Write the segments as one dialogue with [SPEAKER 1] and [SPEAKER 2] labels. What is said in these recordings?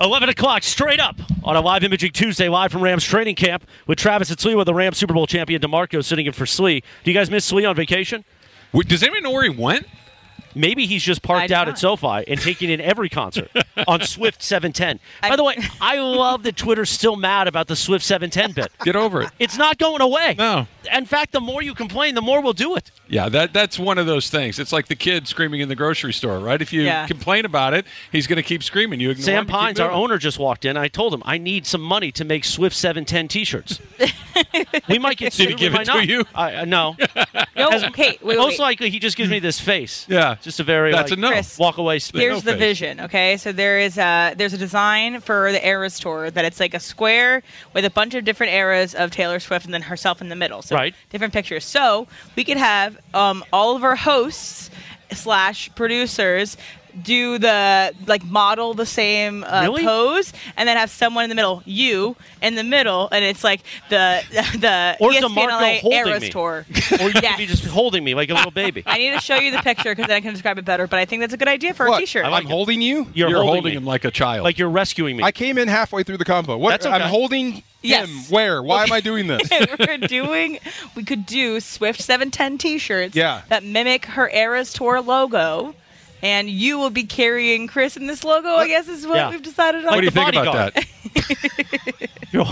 [SPEAKER 1] 11 o'clock straight up on a live imaging Tuesday, live from Rams training camp with Travis and Slee with the Rams Super Bowl champion DeMarco sitting in for Slee. Do you guys miss Slee on vacation?
[SPEAKER 2] Wait, does anyone know where he went?
[SPEAKER 1] Maybe he's just parked
[SPEAKER 3] I
[SPEAKER 1] out
[SPEAKER 3] don't.
[SPEAKER 1] at SoFi and taking in every concert on Swift 710. By
[SPEAKER 3] I-
[SPEAKER 1] the way, I love that Twitter's still mad about the Swift 710 bit.
[SPEAKER 2] Get over it.
[SPEAKER 1] It's not going away.
[SPEAKER 2] No.
[SPEAKER 1] In fact, the more you complain, the more we'll do it.
[SPEAKER 2] Yeah, that that's one of those things. It's like the kid screaming in the grocery store, right? If you
[SPEAKER 3] Yeah.
[SPEAKER 2] complain about it, he's going to keep screaming. You ignore him,
[SPEAKER 1] Sam
[SPEAKER 2] you keep
[SPEAKER 1] Pines, our
[SPEAKER 2] moving.
[SPEAKER 1] owner, just walked in. I told him I need some money to make Swift 710 T-shirts. we might get.
[SPEAKER 2] Did he
[SPEAKER 1] sued,
[SPEAKER 2] give
[SPEAKER 1] we
[SPEAKER 2] it
[SPEAKER 1] might
[SPEAKER 2] to
[SPEAKER 1] not.
[SPEAKER 2] you?
[SPEAKER 1] I, uh, no.
[SPEAKER 3] No, hey,
[SPEAKER 1] Most
[SPEAKER 3] wait, wait, wait.
[SPEAKER 1] likely, he just gives me this face.
[SPEAKER 2] Yeah.
[SPEAKER 1] just a very
[SPEAKER 2] That's
[SPEAKER 1] like,
[SPEAKER 2] a no.
[SPEAKER 3] Chris.
[SPEAKER 1] walk away. Speech.
[SPEAKER 2] no
[SPEAKER 3] Here's the
[SPEAKER 2] face.
[SPEAKER 3] vision, okay? So there is a there's a design for the Eras tour that it's like a square with a bunch of different eras of Taylor Swift and then herself in the middle. So
[SPEAKER 1] Right.
[SPEAKER 3] different pictures. So we could have um, all of our hosts slash producers do the like model the same uh,
[SPEAKER 1] Really?
[SPEAKER 3] pose and then have someone in the middle you in the middle and it's like the the E
[SPEAKER 1] Or
[SPEAKER 3] ESPN
[SPEAKER 1] DeMarco
[SPEAKER 3] LA
[SPEAKER 1] holding
[SPEAKER 3] Eras
[SPEAKER 1] me.
[SPEAKER 3] tour
[SPEAKER 1] or you could
[SPEAKER 3] Yes.
[SPEAKER 1] be just holding me like a little baby.
[SPEAKER 3] I need to show you the picture because then I can describe it better but I think that's a good idea for
[SPEAKER 4] What?
[SPEAKER 3] a t-shirt
[SPEAKER 1] I like
[SPEAKER 4] I'm
[SPEAKER 1] it.
[SPEAKER 4] holding you.
[SPEAKER 1] You're,
[SPEAKER 2] You're holding,
[SPEAKER 1] holding, me.
[SPEAKER 2] him like a child.
[SPEAKER 1] like you're rescuing me.
[SPEAKER 4] I came in halfway through the combo. What?
[SPEAKER 1] That's okay.
[SPEAKER 4] I'm holding
[SPEAKER 3] Yes.
[SPEAKER 4] him. Where? Why am I doing this?
[SPEAKER 3] we're doing we could do Swift 710 t-shirts
[SPEAKER 4] Yeah.
[SPEAKER 3] that mimic her Eras Tour logo and you will be carrying Chris in this logo I guess is what
[SPEAKER 1] Yeah.
[SPEAKER 3] we've decided on.
[SPEAKER 2] what do you
[SPEAKER 1] the
[SPEAKER 2] think
[SPEAKER 1] bodyguard.
[SPEAKER 2] about that?
[SPEAKER 1] You're-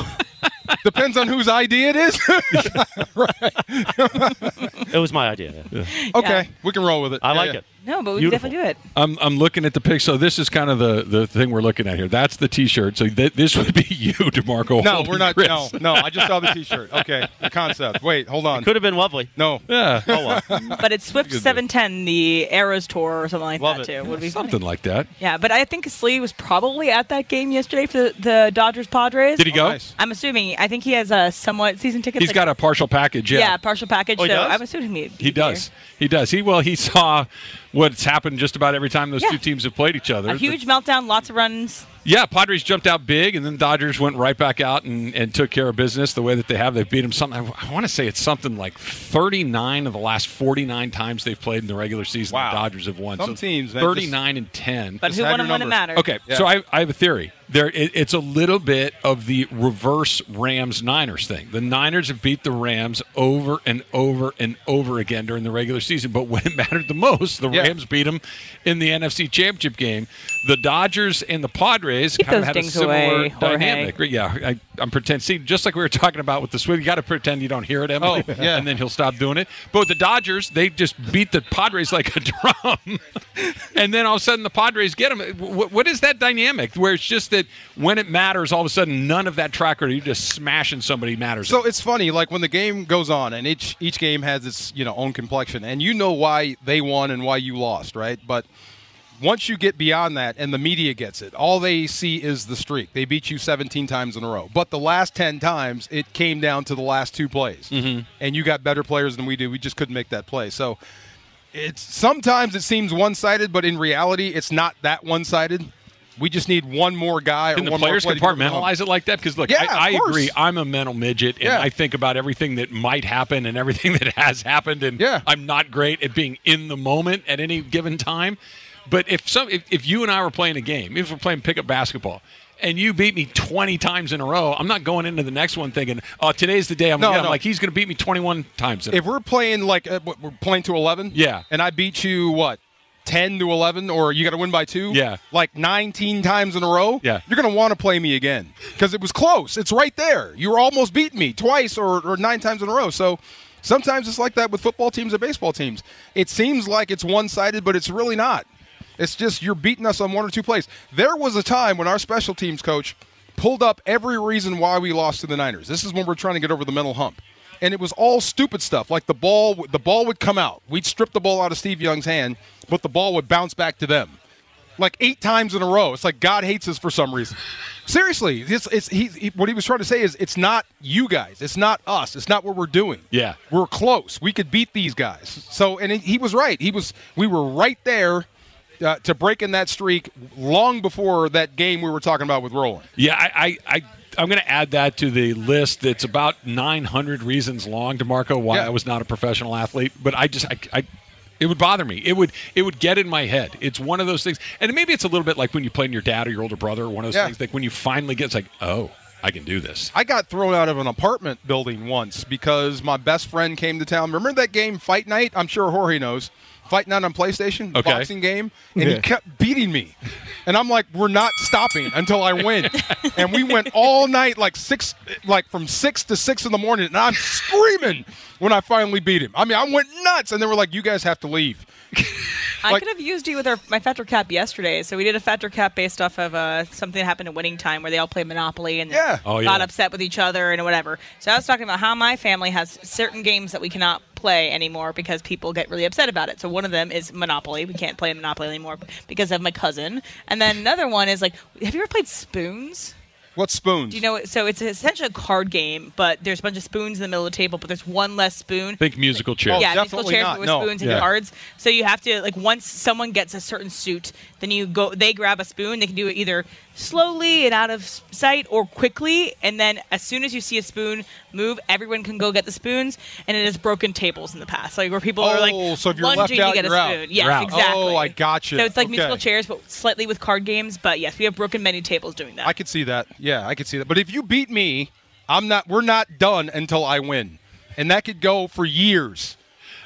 [SPEAKER 4] Depends on whose idea it is.
[SPEAKER 1] it was my idea.
[SPEAKER 4] okay, we can roll with it.
[SPEAKER 1] I
[SPEAKER 4] Yeah,
[SPEAKER 1] like
[SPEAKER 4] yeah.
[SPEAKER 1] it.
[SPEAKER 3] no, but we
[SPEAKER 1] Beautiful.
[SPEAKER 3] can definitely do it.
[SPEAKER 2] I'm, I'm looking at the pic. So this is kind of the, the thing we're looking at here. That's the T-shirt. So th- this would be you, Demarco.
[SPEAKER 4] No,
[SPEAKER 2] holding
[SPEAKER 4] we're not.
[SPEAKER 2] Chris.
[SPEAKER 4] No, no. I just saw the T-shirt. Okay, the concept. Wait, hold on.
[SPEAKER 1] Could have been lovely.
[SPEAKER 4] No.
[SPEAKER 2] Yeah,
[SPEAKER 1] Oh well.
[SPEAKER 3] But it's Swift 710 the Eras Tour or something like
[SPEAKER 4] Love
[SPEAKER 3] that
[SPEAKER 4] it.
[SPEAKER 3] too. Would be funny.
[SPEAKER 2] something like that.
[SPEAKER 3] Yeah, but I think Slee was probably at that game yesterday for the, the Dodgers Padres.
[SPEAKER 2] Did he go?
[SPEAKER 4] nice.
[SPEAKER 3] I'm assuming. I think he has a somewhat season tickets.
[SPEAKER 2] He's
[SPEAKER 3] like-
[SPEAKER 2] got a partial package.
[SPEAKER 3] yeah,
[SPEAKER 2] Yeah,
[SPEAKER 3] partial package.
[SPEAKER 1] Oh, he
[SPEAKER 3] so
[SPEAKER 1] does?
[SPEAKER 3] I'm assuming he'd be
[SPEAKER 2] He does. He does. He well. He saw what's happened just about every time those
[SPEAKER 3] Yeah.
[SPEAKER 2] two teams have played each other.
[SPEAKER 3] there. A huge meltdown, lots of runs.
[SPEAKER 2] Yeah, Padres jumped out big, and then Dodgers went right back out and, and took care of business the way that they have. They beat them something. I, want to say it's something like 39 of the last 49 times they've played in the regular season.
[SPEAKER 4] Wow.
[SPEAKER 2] The Dodgers have won.
[SPEAKER 4] Some
[SPEAKER 2] So
[SPEAKER 4] teams, man,
[SPEAKER 2] 39 and 10.
[SPEAKER 3] But
[SPEAKER 4] Just
[SPEAKER 3] who
[SPEAKER 4] have
[SPEAKER 3] won
[SPEAKER 4] your
[SPEAKER 3] them when it
[SPEAKER 4] numbers.
[SPEAKER 3] matters?
[SPEAKER 2] Okay,
[SPEAKER 4] Yeah.
[SPEAKER 2] so I, I have a theory. There, it, it's a little bit of the reverse Rams Niners thing. The Niners have beat the Rams over and over and over again during the regular season, but when it mattered the most, the
[SPEAKER 4] Yeah.
[SPEAKER 2] Rams beat them in the NFC Championship game. The Dodgers and the Padres
[SPEAKER 3] Keep
[SPEAKER 2] kind of
[SPEAKER 3] those
[SPEAKER 2] had a
[SPEAKER 3] dings
[SPEAKER 2] similar
[SPEAKER 3] away, Jorge.
[SPEAKER 2] dynamic. Yeah, I, I'm pretending. See, just like we were talking about with the swing, you got to pretend you don't hear it, Emily,
[SPEAKER 4] Oh, yeah.
[SPEAKER 2] and then he'll stop doing it. But with the Dodgers, they just beat the Padres like a drum, and then all of a sudden the Padres get them. What, what is that dynamic where it's just that when it matters, all of a sudden none of that tracker you just smashing somebody matters?
[SPEAKER 4] So it's funny, like when the game goes on, and each each game has its you know own complexion, and you know why they won and why you lost, right? But once you get beyond that, and the media gets it, all they see is the streak. They beat you 17 times in a row, but the last 10 times it came down to the last two plays, mm-hmm. and you got better players than we do. We just couldn't make that play. So it's sometimes it seems one sided, but in reality, it's not that one sided. We just need one more guy.
[SPEAKER 2] Can
[SPEAKER 4] or
[SPEAKER 2] the
[SPEAKER 4] one more
[SPEAKER 2] players
[SPEAKER 4] play to get over the hump.
[SPEAKER 2] compartmentalize it like that? Because look,
[SPEAKER 4] Yeah,
[SPEAKER 2] I, I
[SPEAKER 4] of course.
[SPEAKER 2] agree. I'm a mental midget, and
[SPEAKER 4] Yeah.
[SPEAKER 2] I think about everything that might happen and everything that has happened, and
[SPEAKER 4] Yeah.
[SPEAKER 2] I'm not great at being in the moment at any given time. But if some, if, if you and I were playing a game, if we're playing pickup basketball. And you beat me 20 times in a row. I'm not going into the next one thinking, oh, today's the day I'm
[SPEAKER 4] No,
[SPEAKER 2] going to get him.
[SPEAKER 4] no.
[SPEAKER 2] Like, he's going to beat me 21 times in a
[SPEAKER 4] if we're playing like uh, what, we're playing to 11
[SPEAKER 2] Yeah.
[SPEAKER 4] and i beat you what 10 to 11 or you got to win by 2
[SPEAKER 2] Yeah.
[SPEAKER 4] like 19 times in a row
[SPEAKER 2] Yeah.
[SPEAKER 4] you're going to want to play me again cuz it was close it's right there you were almost beating me twice or, or 9 times in a row so sometimes it's like that with football teams and baseball teams it seems like it's one-sided but it's really not it's just you're beating us on one or two plays there was a time when our special teams coach pulled up every reason why we lost to the niners this is when we're trying to get over the mental hump and it was all stupid stuff. Like the ball, the ball would come out. We'd strip the ball out of Steve Young's hand, but the ball would bounce back to them. like eight times in a row. It's like God hates us for some reason. Seriously, it's, it's, he, he- what he was trying to say is it's not you guys. It's not us. It's not what we're doing.
[SPEAKER 2] Yeah.
[SPEAKER 4] We're close. We could beat these guys. So, and he- he was right. He was, we were right there uh, to breaking that streak long before that game we were talking about with Roland.
[SPEAKER 2] Yeah, I, I, I I'm going to add that to the list. That's about 900 reasons long, Demarco, why
[SPEAKER 4] Yeah.
[SPEAKER 2] I was not a professional athlete. But I just, I, I, it would bother me. It would, it would get in my head. It's one of those things, and maybe it's a little bit like when you play in your dad or your older brother. One of those
[SPEAKER 4] Yeah.
[SPEAKER 2] things, like when you finally get, it's like, oh, I can do this.
[SPEAKER 4] I got thrown out of an apartment building once because my best friend came to town. Remember that game, Fight Night? I'm sure Jorge knows. Fight Night on PlayStation,
[SPEAKER 2] Okay.
[SPEAKER 4] boxing game, and
[SPEAKER 5] Yeah.
[SPEAKER 4] he kept beating me. And I'm like, we're not stopping until I win. and we went all night, like six, like from six to six in the morning, and I'm screaming when I finally beat him. I mean, I went nuts, and they were like, "You guys have to leave."
[SPEAKER 3] I
[SPEAKER 4] Like-
[SPEAKER 3] could have used you with our, my Factor Cap yesterday. So we did a Factor Cap based off of uh, something that happened at winning time where they all played Monopoly and
[SPEAKER 4] Yeah.
[SPEAKER 2] Oh, yeah.
[SPEAKER 3] got upset with each other and whatever. So I was talking about how my family has certain games that we cannot play anymore because people get really upset about it. So one of them is Monopoly. We can't play Monopoly anymore because of my cousin. And then another one is like, have you ever played Spoons?
[SPEAKER 4] What's spoons?
[SPEAKER 3] Do you know? it- So it's essentially a card game, but there's a bunch of spoons in the middle of the table, but there's one less spoon
[SPEAKER 2] Think musical chair.
[SPEAKER 4] Oh,
[SPEAKER 3] yeah, musical
[SPEAKER 4] definitely
[SPEAKER 3] chairs
[SPEAKER 4] not.
[SPEAKER 3] with
[SPEAKER 4] No.
[SPEAKER 3] spoons
[SPEAKER 5] Yeah.
[SPEAKER 3] and cards. So you have to like once someone gets a certain suit, then you go. They grab a spoon. They can do it either slowly and out of s- sight or quickly. And then as soon as you see a spoon move, everyone can go get the spoons. And it has broken tables in the past, like where people are
[SPEAKER 4] Oh,
[SPEAKER 3] like
[SPEAKER 4] so if you're
[SPEAKER 3] lunging
[SPEAKER 4] left out,
[SPEAKER 3] to get
[SPEAKER 4] you're
[SPEAKER 3] a
[SPEAKER 4] out.
[SPEAKER 3] spoon.
[SPEAKER 2] You're
[SPEAKER 3] Yes,
[SPEAKER 2] out.
[SPEAKER 3] exactly.
[SPEAKER 4] Oh, I gotcha.
[SPEAKER 3] So it's like
[SPEAKER 4] Okay.
[SPEAKER 3] musical chairs, but slightly with card games. But yes, we have broken many tables doing that.
[SPEAKER 4] I could see that. Yeah, I could see that. But if you beat me, I'm not. We're not done until I win, and that could go for years.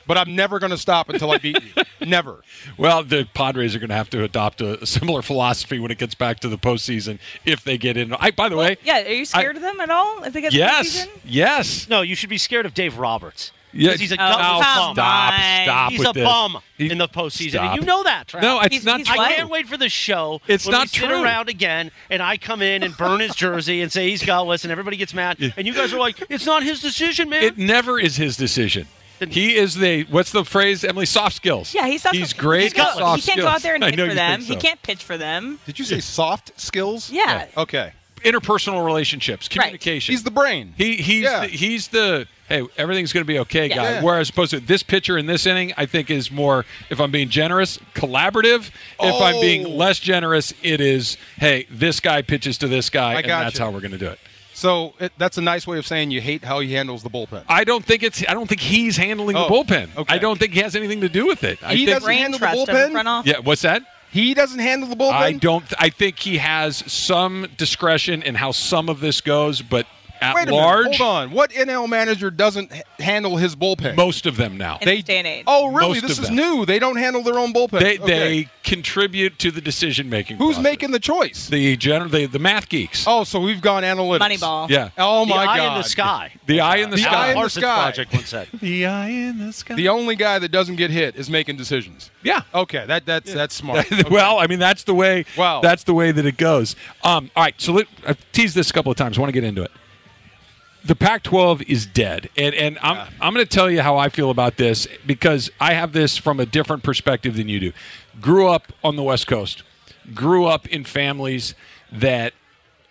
[SPEAKER 4] But I'm never going to stop until I beat you. Never.
[SPEAKER 2] Well, the Padres are going to have to adopt a similar philosophy when it gets back to the postseason if they get in. I, by the way,
[SPEAKER 3] yeah, are you scared of them at all? If they get
[SPEAKER 2] Yes, yes.
[SPEAKER 1] No, you should be scared of Dave Roberts. 'Cause
[SPEAKER 2] Yeah.
[SPEAKER 1] He's a
[SPEAKER 3] Oh,
[SPEAKER 1] dumb
[SPEAKER 3] come
[SPEAKER 1] bum.
[SPEAKER 2] Stop,
[SPEAKER 3] on.
[SPEAKER 2] stop.
[SPEAKER 1] He's
[SPEAKER 2] with
[SPEAKER 1] a
[SPEAKER 2] this.
[SPEAKER 1] bum
[SPEAKER 2] He-
[SPEAKER 1] in the postseason.
[SPEAKER 2] Stop.
[SPEAKER 1] And you know that, Trav.
[SPEAKER 2] No, it's
[SPEAKER 3] He's-
[SPEAKER 2] not
[SPEAKER 3] he's
[SPEAKER 2] true.
[SPEAKER 1] I
[SPEAKER 3] What?
[SPEAKER 1] can't wait for the show.
[SPEAKER 2] It's
[SPEAKER 1] when
[SPEAKER 2] not
[SPEAKER 1] we sit
[SPEAKER 2] true.
[SPEAKER 1] around again, and I come in and burn his jersey and say he's gutless, and everybody gets mad, and you guys are like, "It's not his decision, man."
[SPEAKER 2] It never is his decision. He is the what's the phrase, Emily? Soft skills.
[SPEAKER 3] Yeah, he's
[SPEAKER 2] He's great.
[SPEAKER 3] He,
[SPEAKER 2] at soft
[SPEAKER 3] he can't go out
[SPEAKER 2] skills.
[SPEAKER 3] there and
[SPEAKER 2] I
[SPEAKER 3] hit
[SPEAKER 2] know
[SPEAKER 3] for
[SPEAKER 2] you
[SPEAKER 3] them.
[SPEAKER 2] think
[SPEAKER 3] He
[SPEAKER 2] so.
[SPEAKER 3] can't pitch for them.
[SPEAKER 4] Did you say soft skills?
[SPEAKER 3] Yeah.
[SPEAKER 4] Okay.
[SPEAKER 2] Interpersonal relationships,
[SPEAKER 3] Right.
[SPEAKER 2] communication.
[SPEAKER 4] He's the brain.
[SPEAKER 2] He he's
[SPEAKER 4] Yeah.
[SPEAKER 2] the, he's the hey everything's going to be okay
[SPEAKER 3] Yeah.
[SPEAKER 2] guy.
[SPEAKER 4] Yeah.
[SPEAKER 2] Whereas opposed to this pitcher in this inning, I think is more if I'm being generous, collaborative. If I'm
[SPEAKER 4] Oh.
[SPEAKER 2] being less generous, it is hey this guy pitches to this guy,
[SPEAKER 4] I
[SPEAKER 2] and
[SPEAKER 4] gotcha.
[SPEAKER 2] that's how we're going to do it.
[SPEAKER 4] so it, that's a nice way of saying you hate how he handles the bullpen.
[SPEAKER 2] I don't think it's I don't think he's handling
[SPEAKER 4] Oh,
[SPEAKER 2] the bullpen.
[SPEAKER 4] okay.
[SPEAKER 2] I don't think he has anything to do with it. I
[SPEAKER 4] He
[SPEAKER 2] think
[SPEAKER 4] doesn't
[SPEAKER 3] Brain
[SPEAKER 4] handle the
[SPEAKER 3] trust of
[SPEAKER 4] bullpen?
[SPEAKER 3] the front office.
[SPEAKER 2] yeah, what's that?
[SPEAKER 4] he doesn't handle the bullpen.
[SPEAKER 2] I don't. I think he has some discretion in how some of this goes, but at
[SPEAKER 4] Wait a
[SPEAKER 2] large,
[SPEAKER 4] minute. Hold on. What NL manager doesn't h- handle his bullpen?
[SPEAKER 2] most of them now.
[SPEAKER 3] In
[SPEAKER 2] They
[SPEAKER 3] this day and age.
[SPEAKER 4] Oh,
[SPEAKER 2] most
[SPEAKER 4] really? This
[SPEAKER 2] of
[SPEAKER 4] is
[SPEAKER 2] them.
[SPEAKER 4] new. They don't handle their own bullpen.
[SPEAKER 2] they,
[SPEAKER 4] Okay.
[SPEAKER 2] they contribute to the decision making.
[SPEAKER 4] Who's making the choice?
[SPEAKER 2] the general the, the math geeks?
[SPEAKER 4] oh, so we've gone analytics.
[SPEAKER 3] Moneyball.
[SPEAKER 2] yeah.
[SPEAKER 4] Oh
[SPEAKER 1] the
[SPEAKER 4] my
[SPEAKER 1] eye
[SPEAKER 4] God.
[SPEAKER 1] in the sky.
[SPEAKER 2] The eye in the
[SPEAKER 4] The
[SPEAKER 2] sky.
[SPEAKER 4] eye in the
[SPEAKER 1] Parsons
[SPEAKER 4] sky.
[SPEAKER 1] Project once said.
[SPEAKER 2] The eye in the sky.
[SPEAKER 4] The only guy that doesn't get hit is making decisions.
[SPEAKER 2] yeah.
[SPEAKER 4] Okay, that that's that's smart. Oh, Okay.
[SPEAKER 2] well, I mean that's the way.
[SPEAKER 4] Wow.
[SPEAKER 2] that's the way that it goes. Um, all right, so let, I've teased this a couple of times. Want to get into it? The Pac-12 is dead, and and I'm I'm going to tell you how I feel about this because I have this from a different perspective than you do. Grew up on the West Coast, grew up in families that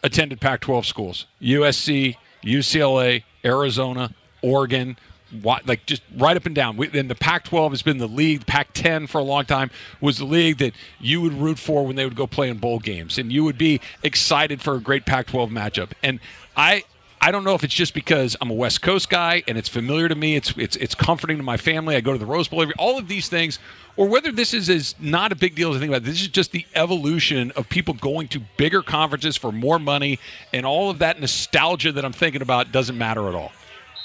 [SPEAKER 2] attended Pac-12 schools: USC, UCLA, Arizona, Oregon, wa- like just right up and down. We, and the Pac-12 has been the league. Pac-10 for a long time was the league that you would root for when they would go play in bowl games, and you would be excited for a great Pac-12 matchup. And I. I don't know if it's just because I'm a West Coast guy and it's familiar to me. It's it's it's comforting to my family. I go to the Rose Bowl every all of these things, or whether this is is not a big deal as I think about. It. This is just the evolution of people going to bigger conferences for more money, and all of that nostalgia that I'm thinking about doesn't matter at all.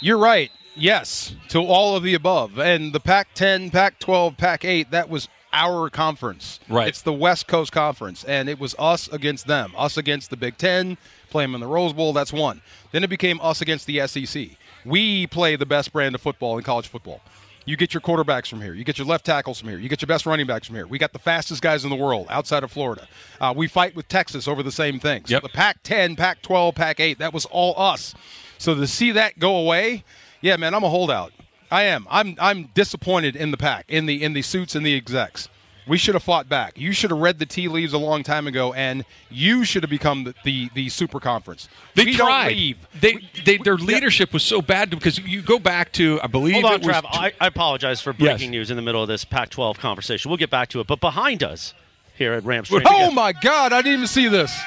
[SPEAKER 4] You're right. Yes, to all of the above. And the Pac-10, Pac-12, Pac-8, that was our conference.
[SPEAKER 2] Right.
[SPEAKER 4] It's the West Coast Conference, and it was us against them. Us against the Big 10, play them in the Rose Bowl, that's one. Then it became us against the SEC. We play the best brand of football in college football. You get your quarterbacks from here. You get your left tackles from here. You get your best running backs from here. We got the fastest guys in the world outside of Florida. Uh, we fight with Texas over the same things.
[SPEAKER 2] Yep.
[SPEAKER 4] The Pac 10, Pac 12, Pac 8, that was all us. So to see that go away, yeah, man, I'm a holdout. I am. I'm I'm disappointed in the pack, in the in the suits and the execs. We should have fought back. You should have read the tea leaves a long time ago, and you should have become the the, the super conference.
[SPEAKER 2] They
[SPEAKER 4] we
[SPEAKER 2] tried.
[SPEAKER 4] Don't leave.
[SPEAKER 2] They, they, their leadership was so bad because you go back to I believe
[SPEAKER 5] Hold on,
[SPEAKER 2] it was
[SPEAKER 5] Trav. I, I apologize for breaking news in the middle of this Pac 12 conversation. We'll get back to it. But behind us here at Rams Training
[SPEAKER 4] Oh
[SPEAKER 5] Camp,
[SPEAKER 4] my God! I didn't even see this.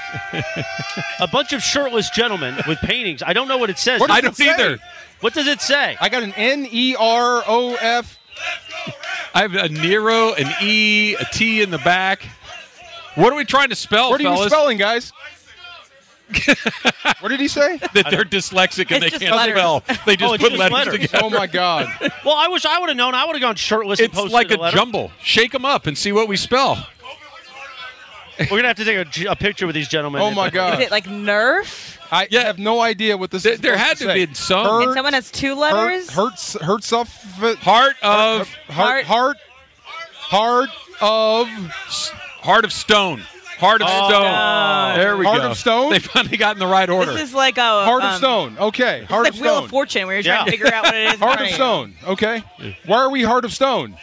[SPEAKER 5] a bunch of shirtless gentlemen with paintings. I don't know what it says.
[SPEAKER 4] What does
[SPEAKER 2] I don't
[SPEAKER 4] it say?
[SPEAKER 2] either.
[SPEAKER 5] What does it say?
[SPEAKER 4] I got an N E R O F.
[SPEAKER 2] I have a Nero, an E, a T in the back. What are we trying to spell,
[SPEAKER 4] What are you
[SPEAKER 2] fellas?
[SPEAKER 4] spelling, guys? what did he say?
[SPEAKER 2] That they're dyslexic and
[SPEAKER 3] It's
[SPEAKER 2] they
[SPEAKER 3] just
[SPEAKER 2] can't
[SPEAKER 3] letters.
[SPEAKER 2] spell. They just
[SPEAKER 5] Oh, it's
[SPEAKER 2] put
[SPEAKER 5] just
[SPEAKER 2] letters,
[SPEAKER 5] letters.
[SPEAKER 2] together.
[SPEAKER 4] Oh my God!
[SPEAKER 5] well, I wish I would have known. I would have gone shirtless and
[SPEAKER 2] It's
[SPEAKER 5] posted
[SPEAKER 2] like a
[SPEAKER 5] letter.
[SPEAKER 2] jumble. Shake them up and see what we spell.
[SPEAKER 5] We're going to have to take a g- a, picture with these gentlemen.
[SPEAKER 4] Oh my
[SPEAKER 3] Is
[SPEAKER 4] God!
[SPEAKER 3] it like Nerf?
[SPEAKER 4] I
[SPEAKER 2] Yeah.
[SPEAKER 4] have no idea what this.
[SPEAKER 2] There-
[SPEAKER 4] is
[SPEAKER 2] there had
[SPEAKER 4] supposed
[SPEAKER 2] to
[SPEAKER 4] say.
[SPEAKER 2] be some.
[SPEAKER 4] Hurt-
[SPEAKER 3] And someone has two
[SPEAKER 4] hurt,
[SPEAKER 3] letters.
[SPEAKER 4] hurts hurts off
[SPEAKER 2] Heart of
[SPEAKER 4] heart Uh, heart heart of
[SPEAKER 2] heart of stone. Heart of
[SPEAKER 5] Oh,
[SPEAKER 2] stone. There we
[SPEAKER 4] Heart
[SPEAKER 2] go.
[SPEAKER 4] of stone?
[SPEAKER 2] They finally got in the right order.
[SPEAKER 3] This is like a
[SPEAKER 4] heart
[SPEAKER 3] um,
[SPEAKER 4] of stone. Okay,
[SPEAKER 3] It's
[SPEAKER 4] heart
[SPEAKER 3] like
[SPEAKER 4] of
[SPEAKER 3] Wheel
[SPEAKER 4] stone.
[SPEAKER 3] of Fortune, where you're trying
[SPEAKER 5] Yeah.
[SPEAKER 3] to figure out what it is.
[SPEAKER 4] Heart of
[SPEAKER 3] running.
[SPEAKER 4] stone. Okay, why are we heart of stone?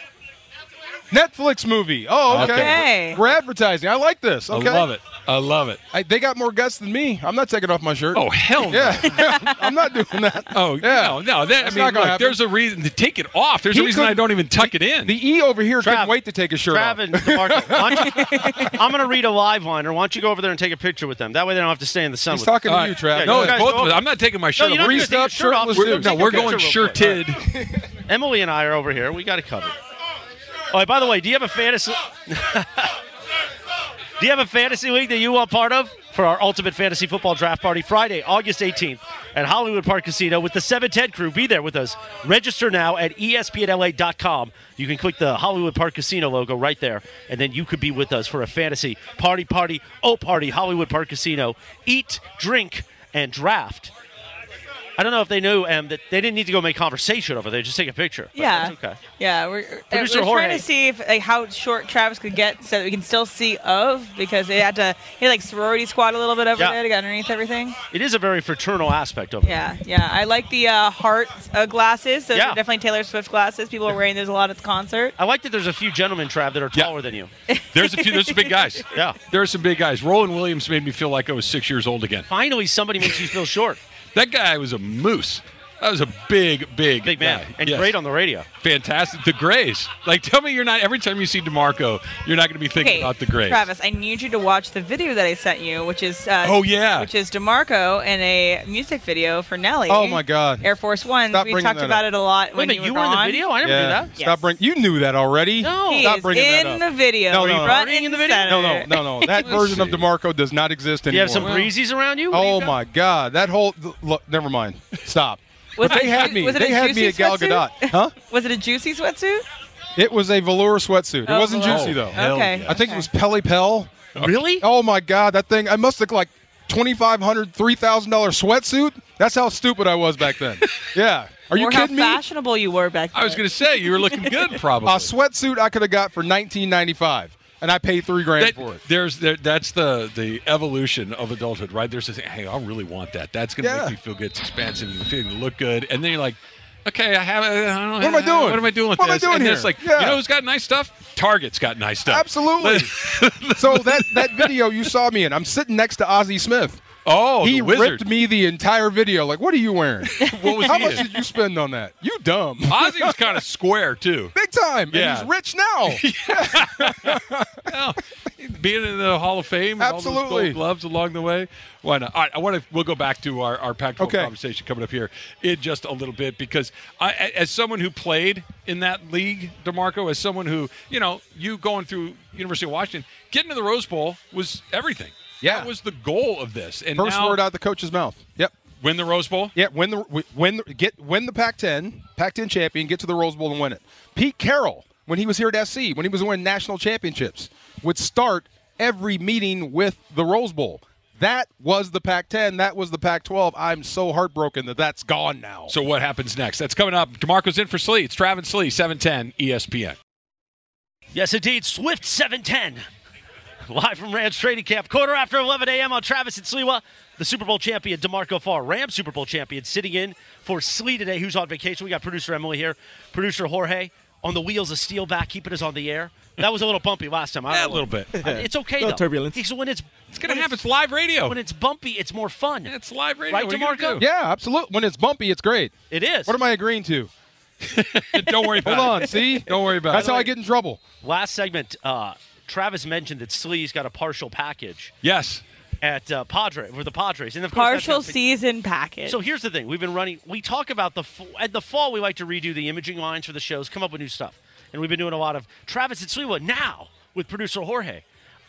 [SPEAKER 4] Netflix movie. Oh, okay.
[SPEAKER 3] Okay.
[SPEAKER 4] We're advertising. I like this. Okay,
[SPEAKER 2] I love it. I love it.
[SPEAKER 4] I- they got more guts than me. I'm not taking off my shirt.
[SPEAKER 2] Oh hell no.
[SPEAKER 4] yeah, I'm not doing that.
[SPEAKER 2] Oh
[SPEAKER 4] Yeah.
[SPEAKER 2] no, no. That, I
[SPEAKER 4] That's
[SPEAKER 2] mean,
[SPEAKER 4] not gonna
[SPEAKER 2] look,
[SPEAKER 4] happen.
[SPEAKER 2] there's a reason to take it off. There's a
[SPEAKER 4] He
[SPEAKER 2] reason I
[SPEAKER 4] couldn't-
[SPEAKER 2] don't even tuck it in.
[SPEAKER 4] The E over here
[SPEAKER 5] Trav-
[SPEAKER 4] couldn't wait to take his shirt off.
[SPEAKER 5] Trav and DeMarco, why don't you- I'm going to read a live liner. Why don't you go over there and take a picture with them? That way they don't have to stay in the sun.
[SPEAKER 4] He's
[SPEAKER 5] with them.
[SPEAKER 4] talking
[SPEAKER 2] All
[SPEAKER 4] to
[SPEAKER 2] right.
[SPEAKER 4] you, Trav.
[SPEAKER 5] Yeah,
[SPEAKER 2] no,
[SPEAKER 5] you
[SPEAKER 2] it's
[SPEAKER 5] guys
[SPEAKER 2] both
[SPEAKER 5] go
[SPEAKER 2] of us.
[SPEAKER 5] up.
[SPEAKER 2] I'm not taking my
[SPEAKER 5] No,
[SPEAKER 2] shirt
[SPEAKER 5] you
[SPEAKER 2] off.
[SPEAKER 5] don't need to
[SPEAKER 4] Greased
[SPEAKER 5] take your
[SPEAKER 4] up,
[SPEAKER 5] shirt off.
[SPEAKER 4] shirtless
[SPEAKER 5] Just go
[SPEAKER 2] We're,
[SPEAKER 4] dude.
[SPEAKER 2] no,
[SPEAKER 5] take a
[SPEAKER 2] we're going
[SPEAKER 5] picture real quick.
[SPEAKER 2] shirted.
[SPEAKER 5] Emily and I are over here. We got it covered. All right. By the way, do you have a fantasy? do you have a fantasy league that you are part of for our ultimate fantasy football draft party Friday, August 18th at Hollywood Park Casino with the 710 crew? Be there with us. Register now at E espnla.com. You can click the Hollywood Park Casino logo right there, and then you could be with us for a fantasy party, party, oh party, Hollywood Park Casino. Eat, drink, and draft. I don't know if they knew um, that they didn't need to go make conversation over there. Just take a picture. but
[SPEAKER 3] Yeah.
[SPEAKER 5] that's okay.
[SPEAKER 3] Yeah. We're, uh, we're
[SPEAKER 5] Producer
[SPEAKER 3] trying
[SPEAKER 5] Jorge.
[SPEAKER 3] to see if like how short Travis could get so that we can still see of because they had to he like sorority squat a little bit over
[SPEAKER 5] Yeah.
[SPEAKER 3] there to get underneath everything.
[SPEAKER 5] It is a very fraternal aspect of it.
[SPEAKER 3] Yeah. Yeah. I like the uh, heart uh, glasses. Those
[SPEAKER 5] Yeah.
[SPEAKER 3] are definitely Taylor Swift glasses. People are wearing those a lot at the concert.
[SPEAKER 5] I like that there's a few gentlemen, Trav, that are
[SPEAKER 2] Yeah.
[SPEAKER 5] taller than you.
[SPEAKER 2] There's a few. There's some big guys.
[SPEAKER 5] Yeah.
[SPEAKER 2] There are some big guys. Roland Williams made me feel like I was six years old again.
[SPEAKER 5] Finally, somebody makes you feel short.
[SPEAKER 2] That guy was a moose. That was a big, big,
[SPEAKER 5] Big man.
[SPEAKER 2] guy.
[SPEAKER 5] And
[SPEAKER 2] Yes.
[SPEAKER 5] great on the radio.
[SPEAKER 2] fantastic. The Grays. Like, tell me you're not. Every time you see Demarco, you're not going to be thinking
[SPEAKER 3] Okay,
[SPEAKER 2] about the Grays.
[SPEAKER 3] Travis, I need you to watch the video that I sent you, which is uh,
[SPEAKER 2] Oh, yeah.
[SPEAKER 3] which is Demarco in a music video for Nelly.
[SPEAKER 4] Oh, my God.
[SPEAKER 3] Air Force One.
[SPEAKER 4] Stop
[SPEAKER 3] we
[SPEAKER 4] bringing
[SPEAKER 3] talked
[SPEAKER 4] that
[SPEAKER 3] about it
[SPEAKER 4] up.
[SPEAKER 3] a lot
[SPEAKER 5] Wait a
[SPEAKER 3] when
[SPEAKER 5] minute, you
[SPEAKER 3] you
[SPEAKER 5] were in the
[SPEAKER 3] on.
[SPEAKER 5] video? I never knew
[SPEAKER 4] yeah.
[SPEAKER 5] that.
[SPEAKER 3] Yes.
[SPEAKER 4] Stop bring. You knew that already.
[SPEAKER 5] No.
[SPEAKER 3] He
[SPEAKER 4] Stop
[SPEAKER 3] is
[SPEAKER 4] bringing that
[SPEAKER 3] in Oh,
[SPEAKER 4] up.
[SPEAKER 3] the video.
[SPEAKER 4] No, no, no.
[SPEAKER 3] front
[SPEAKER 5] Partying in the
[SPEAKER 3] and
[SPEAKER 5] video?
[SPEAKER 3] center.
[SPEAKER 4] No, no, no, no. That
[SPEAKER 2] Let's
[SPEAKER 4] version of
[SPEAKER 2] see.
[SPEAKER 4] DeMarco does not exist
[SPEAKER 5] Do you
[SPEAKER 4] anymore.
[SPEAKER 5] have some breezies around you? What do you
[SPEAKER 4] oh
[SPEAKER 5] got?
[SPEAKER 4] my God! That whole look. Never mind. Stop.
[SPEAKER 3] Was
[SPEAKER 4] But
[SPEAKER 3] it
[SPEAKER 4] they
[SPEAKER 3] a
[SPEAKER 4] had
[SPEAKER 3] ju-
[SPEAKER 4] me.
[SPEAKER 3] was it
[SPEAKER 4] They
[SPEAKER 3] a
[SPEAKER 4] had me
[SPEAKER 3] juicy
[SPEAKER 4] at Gal
[SPEAKER 3] sweatsuit?
[SPEAKER 4] Gadot. Huh?
[SPEAKER 3] Was it a juicy sweatsuit?
[SPEAKER 4] It was a velour sweatsuit. It
[SPEAKER 3] Oh,
[SPEAKER 4] wasn't
[SPEAKER 3] velour.
[SPEAKER 4] juicy though.
[SPEAKER 2] Hell
[SPEAKER 3] okay.
[SPEAKER 2] yeah.
[SPEAKER 4] I think
[SPEAKER 3] okay.
[SPEAKER 4] it was Pelle Pell.
[SPEAKER 5] Really?
[SPEAKER 4] Oh my God! That thing. I must look like. $2,500, $3,000 sweatsuit? That's how stupid I was back then. Yeah. Are you
[SPEAKER 3] or
[SPEAKER 4] kidding me?
[SPEAKER 3] how fashionable you were back then.
[SPEAKER 2] I was going to say you were looking good, probably.
[SPEAKER 4] A sweatsuit I could have got for $19.95, and I paid three grand
[SPEAKER 2] That-
[SPEAKER 4] for it.
[SPEAKER 2] There's there, that's the the evolution of adulthood, right? There's this, hey, I really want that. That's gonna
[SPEAKER 4] Yeah.
[SPEAKER 2] make me feel good, it's expansive, you feel you look good, and then you're like, okay, I have. I don't,
[SPEAKER 4] What am I doing?
[SPEAKER 2] What am I doing with
[SPEAKER 4] What am I
[SPEAKER 2] this?
[SPEAKER 4] doing
[SPEAKER 2] and
[SPEAKER 4] here?
[SPEAKER 2] It's like,
[SPEAKER 4] Yeah.
[SPEAKER 2] you know who's got nice stuff? Target's got nice stuff.
[SPEAKER 4] Absolutely. so that that video you saw me in, I'm sitting next to Ozzy Smith.
[SPEAKER 2] Oh,
[SPEAKER 4] he
[SPEAKER 2] the wizard.
[SPEAKER 4] ripped me the entire video. Like, what are you wearing?
[SPEAKER 2] What was
[SPEAKER 4] How
[SPEAKER 2] he
[SPEAKER 4] much
[SPEAKER 2] in?
[SPEAKER 4] did you spend on that? You dumb.
[SPEAKER 2] Ozzy was kind of square too.
[SPEAKER 4] Big time.
[SPEAKER 2] Yeah.
[SPEAKER 4] And he's rich now.
[SPEAKER 2] Well, being in the Hall of Fame, and all those
[SPEAKER 4] Absolutely.
[SPEAKER 2] gold gloves along the way. Why not? All right, I want to. We'll go back to our our Pac-12
[SPEAKER 4] Okay.
[SPEAKER 2] conversation coming up here in just a little bit because I, a- as someone who played in that league, Demarco, as someone who you know, you going through University of Washington, getting to the Rose Bowl was everything.
[SPEAKER 4] Yeah.
[SPEAKER 2] that was the goal of this. And
[SPEAKER 4] First
[SPEAKER 2] now,
[SPEAKER 4] word out the coach's mouth. Yep.
[SPEAKER 2] win the Rose Bowl.
[SPEAKER 4] Yeah, win the win the, get win the Pac-10, Pac-10 champion, get to the Rose Bowl and win it. Pete Carroll, when he was here at SC, when he was winning national championships, would start every meeting with the Rose Bowl. That was the Pac-10. That was the Pac-12. I'm so heartbroken that that's gone now.
[SPEAKER 2] So what happens next? That's coming up. Demarco's in for Slee. It's Travis Slee, seven ten E ESPN.
[SPEAKER 5] Yes, indeed. Swift 710. Live from Rams Trading Camp, quarter after 11 a.m. on Travis and Sliwa. The Super Bowl champion, DeMarco Farr, Rams Super Bowl champion, sitting in for Slee today, who's on vacation. We got producer Emily here, producer Jorge. on the wheels of steel back, keeping us on the air. That was a little bumpy last time. I
[SPEAKER 2] Yeah,
[SPEAKER 5] don't
[SPEAKER 2] a
[SPEAKER 5] know.
[SPEAKER 2] little bit.
[SPEAKER 5] I mean, it's okay
[SPEAKER 6] Little
[SPEAKER 5] though.
[SPEAKER 6] turbulence.
[SPEAKER 5] Because when it's
[SPEAKER 2] It's gonna happen. It's live radio.
[SPEAKER 5] when it's bumpy, it's more fun.
[SPEAKER 2] Yeah, it's live radio.
[SPEAKER 5] Right,
[SPEAKER 2] What are you gonna
[SPEAKER 5] DeMarco?
[SPEAKER 2] do?
[SPEAKER 4] Yeah, absolutely. When it's bumpy, it's great.
[SPEAKER 5] It is.
[SPEAKER 4] What am I agreeing to?
[SPEAKER 2] Don't worry about
[SPEAKER 4] Hold
[SPEAKER 2] it.
[SPEAKER 4] on, see?
[SPEAKER 2] Don't worry about
[SPEAKER 4] That's
[SPEAKER 2] it.
[SPEAKER 4] how I get in trouble.
[SPEAKER 5] Last segment, uh, Travis mentioned that Slee's got a partial package
[SPEAKER 2] Yes.
[SPEAKER 5] at uh, Padre for the Padres, and of course that's
[SPEAKER 3] Partial
[SPEAKER 5] gonna-
[SPEAKER 3] season package.
[SPEAKER 5] So here's the thing: we've been running. We talk about the f- at the fall. We like to redo the imaging lines for the shows, come up with new stuff, and we've been doing a lot of Travis and Sliwa now with producer Jorge.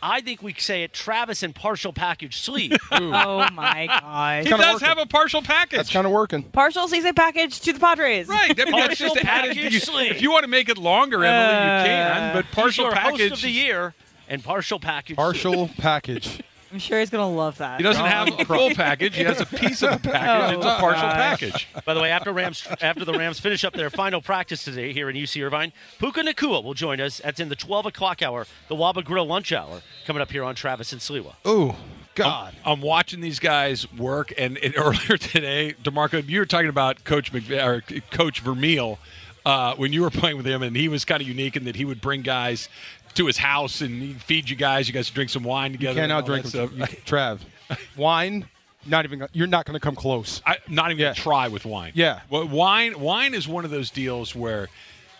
[SPEAKER 5] I think we say it Travis and partial package Slee.
[SPEAKER 3] oh my god.
[SPEAKER 2] He
[SPEAKER 4] kinda
[SPEAKER 2] does
[SPEAKER 4] working.
[SPEAKER 2] have a partial package.
[SPEAKER 4] That's kind of working.
[SPEAKER 3] Partial season package to the Padres.
[SPEAKER 2] Right. I mean, that's
[SPEAKER 5] Partial
[SPEAKER 2] just added. You,
[SPEAKER 5] package sleeve.
[SPEAKER 2] if you want to make it longer, Emily, you can. But partial
[SPEAKER 5] He's our
[SPEAKER 2] package.
[SPEAKER 5] host of the year and partial package.
[SPEAKER 4] Partial package.
[SPEAKER 3] I'm sure he's gonna love that.
[SPEAKER 2] He doesn't have a full package. He has a piece of the package.
[SPEAKER 3] Oh,
[SPEAKER 2] it's a partial
[SPEAKER 3] gosh.
[SPEAKER 2] package.
[SPEAKER 5] Slee. By the way, after Rams after the Rams finish up their final practice today here in UC Irvine, Puka Nakua will join us. That's in the 12 o'clock hour, the Waba Grill lunch hour, coming up here on Travis and Sliwa.
[SPEAKER 4] Ooh, God.
[SPEAKER 2] I'm watching these guys work, and, and earlier today, Demarco, you were talking about Coach McV- or Coach Vermeil uh, when you were playing with him, and he was kind of unique in that he would bring guys to his house and he'd feed you guys. You guys would drink some wine together.
[SPEAKER 4] Can't
[SPEAKER 2] and all
[SPEAKER 4] out drink
[SPEAKER 2] that
[SPEAKER 4] them.
[SPEAKER 2] stuff.
[SPEAKER 4] You- Trav. Wine, not even, you're not going to come close.
[SPEAKER 2] I, not even
[SPEAKER 4] Yeah.
[SPEAKER 2] gonna try with wine.
[SPEAKER 4] Yeah.
[SPEAKER 2] Well, wine wine is one of those deals where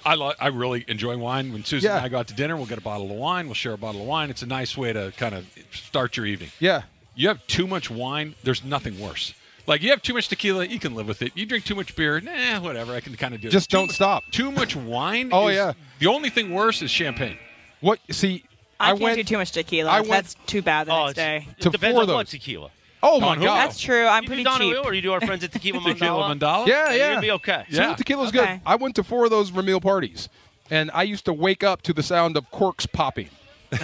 [SPEAKER 2] I lo- I really enjoy wine. When Susan
[SPEAKER 4] Yeah.
[SPEAKER 2] and I go out to dinner, we'll get a bottle of wine. We'll share a bottle of wine. It's a nice way to kind of start your evening.
[SPEAKER 4] Yeah.
[SPEAKER 2] You have too much wine. There's nothing worse. Like you have too much tequila, you can live with it. You drink too much beer, nah, whatever. I can kind of do. it.
[SPEAKER 4] Just
[SPEAKER 2] Too
[SPEAKER 4] don't
[SPEAKER 2] mu-
[SPEAKER 4] stop.
[SPEAKER 2] Too much wine.
[SPEAKER 4] Oh,
[SPEAKER 2] is-
[SPEAKER 4] yeah.
[SPEAKER 2] The only thing worse is champagne.
[SPEAKER 4] What, see,
[SPEAKER 3] I,
[SPEAKER 4] I,
[SPEAKER 3] can't do
[SPEAKER 4] went,
[SPEAKER 3] too much tequila.
[SPEAKER 4] I went-
[SPEAKER 3] That's too bad the
[SPEAKER 5] Oh,
[SPEAKER 3] next
[SPEAKER 5] it's-
[SPEAKER 3] day.
[SPEAKER 5] it
[SPEAKER 4] To
[SPEAKER 5] depends
[SPEAKER 4] four
[SPEAKER 5] on
[SPEAKER 4] of
[SPEAKER 5] what
[SPEAKER 4] those.
[SPEAKER 5] tequila.
[SPEAKER 4] oh my
[SPEAKER 2] On who?
[SPEAKER 4] God.
[SPEAKER 3] That's true. I'm
[SPEAKER 5] you
[SPEAKER 3] pretty
[SPEAKER 5] do Don
[SPEAKER 3] cheap.
[SPEAKER 5] Julio or you do our friends at Tequila Mandala.
[SPEAKER 2] Tequila mandala.
[SPEAKER 4] Yeah,
[SPEAKER 5] You're
[SPEAKER 4] yeah.
[SPEAKER 5] gonna be okay.
[SPEAKER 4] See,
[SPEAKER 2] Yeah.
[SPEAKER 4] tequila's
[SPEAKER 3] Okay.
[SPEAKER 4] good. I went to four of those Ramil parties, and I used to wake up to the sound of corks popping,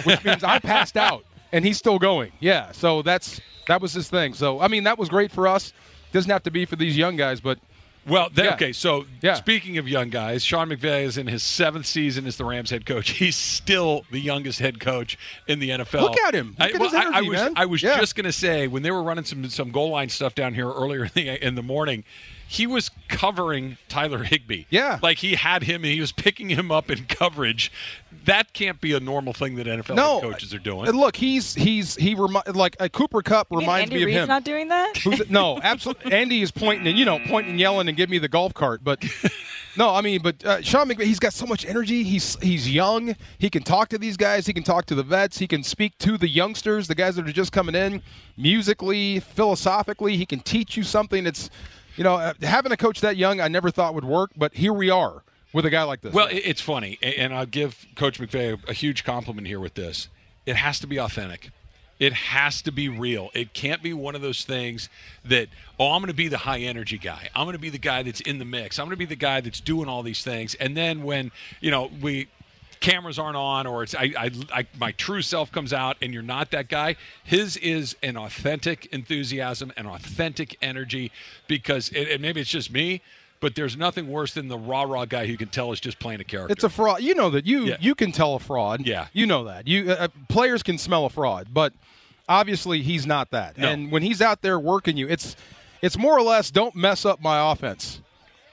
[SPEAKER 4] which means I passed out, and he's still going. Yeah, so that's that was his thing. So I mean, that was great for us. Doesn't have to be for these young guys, but
[SPEAKER 2] Well, then,
[SPEAKER 4] Yeah.
[SPEAKER 2] okay. So,
[SPEAKER 4] Yeah.
[SPEAKER 2] speaking of young guys, Sean McVay is in his seventh season as the Rams head coach. He's still the youngest head coach in the NFL.
[SPEAKER 4] Look at him. Look at his
[SPEAKER 2] I,
[SPEAKER 4] energy,
[SPEAKER 2] was,
[SPEAKER 4] man.
[SPEAKER 2] I was
[SPEAKER 4] Yeah.
[SPEAKER 2] just gonna say when they were running some some goal line stuff down here earlier in the, in the morning, he was covering Tyler Higbee.
[SPEAKER 4] Yeah.
[SPEAKER 2] like he had him and he was picking him up in coverage. That can't be a normal thing that NFL
[SPEAKER 4] no
[SPEAKER 2] coaches are doing.
[SPEAKER 4] And look, he's he's he remi- like a Cooper Cup
[SPEAKER 3] You mean
[SPEAKER 4] reminds
[SPEAKER 3] Andy
[SPEAKER 4] me of
[SPEAKER 3] Reid's
[SPEAKER 4] him.
[SPEAKER 3] not doing that.
[SPEAKER 4] Who's it? No, absolutely. Andy is pointing and you know pointing and yelling and give me the golf cart. But no, I mean, but uh, Sean McVay, he's got so much energy. He's he's young. He can talk to these guys. He can talk to the vets. He can speak to the youngsters, the guys that are just coming in, musically, philosophically. He can teach you something. It's you know uh, having a coach that young, I never thought would work, but here we are with a guy like this.
[SPEAKER 2] Well, it- it's funny, a- and I'll give Coach McVay a- a huge compliment here with this. It has to be authentic. It has to be real. It can't be one of those things that, oh, I'm going to be the high energy guy. I'm going to be the guy that's in the mix. I'm going to be the guy that's doing all these things. And then when, you know, we cameras aren't on or it's I, I, I my true self comes out and you're not that guy his is an authentic enthusiasm and authentic energy because it, and maybe it's just me but there's nothing worse than the rah rah guy who can tell is just playing a character
[SPEAKER 4] It's a fraud. You know that you
[SPEAKER 2] Yeah.
[SPEAKER 4] you can tell a fraud.
[SPEAKER 2] Yeah.
[SPEAKER 4] you know that. You uh, uh, players can smell a fraud, but obviously he's not that.
[SPEAKER 2] No.
[SPEAKER 4] And when he's out there working you, it's it's more or less don't mess up my offense.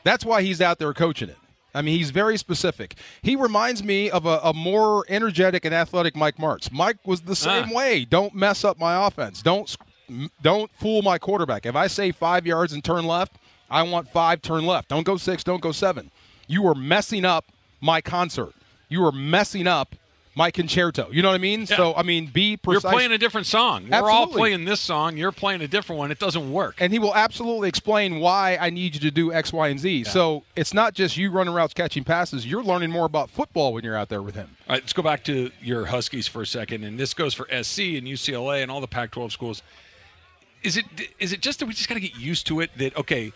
[SPEAKER 4] That's why he's out there coaching it. I mean, he's very specific. He reminds me of a, a more energetic and athletic Mike Martz. Mike was the same
[SPEAKER 2] Ah.
[SPEAKER 4] way. Don't mess up my offense. Don't sc- m- don't fool my quarterback. If I say five yards and turn left, I want five turn left. Don't go six. Don't go seven. You are messing up my concert. You are messing up my concerto. You know what I mean? So I mean, be
[SPEAKER 2] you're
[SPEAKER 4] precise.
[SPEAKER 2] playing a different song we're all
[SPEAKER 4] Absolutely.
[SPEAKER 2] playing this song you're playing a different one it doesn't work
[SPEAKER 4] and he will absolutely explain why I need you to do X, Y, and Z. So it's not just you running routes catching passes. You're learning more about football when you're out there with him.
[SPEAKER 2] All right, let's go back to your Huskies for a second, and this goes for SC and UCLA and all the Pac-12 schools. Is it is it just that we just got to get used to it? That okay,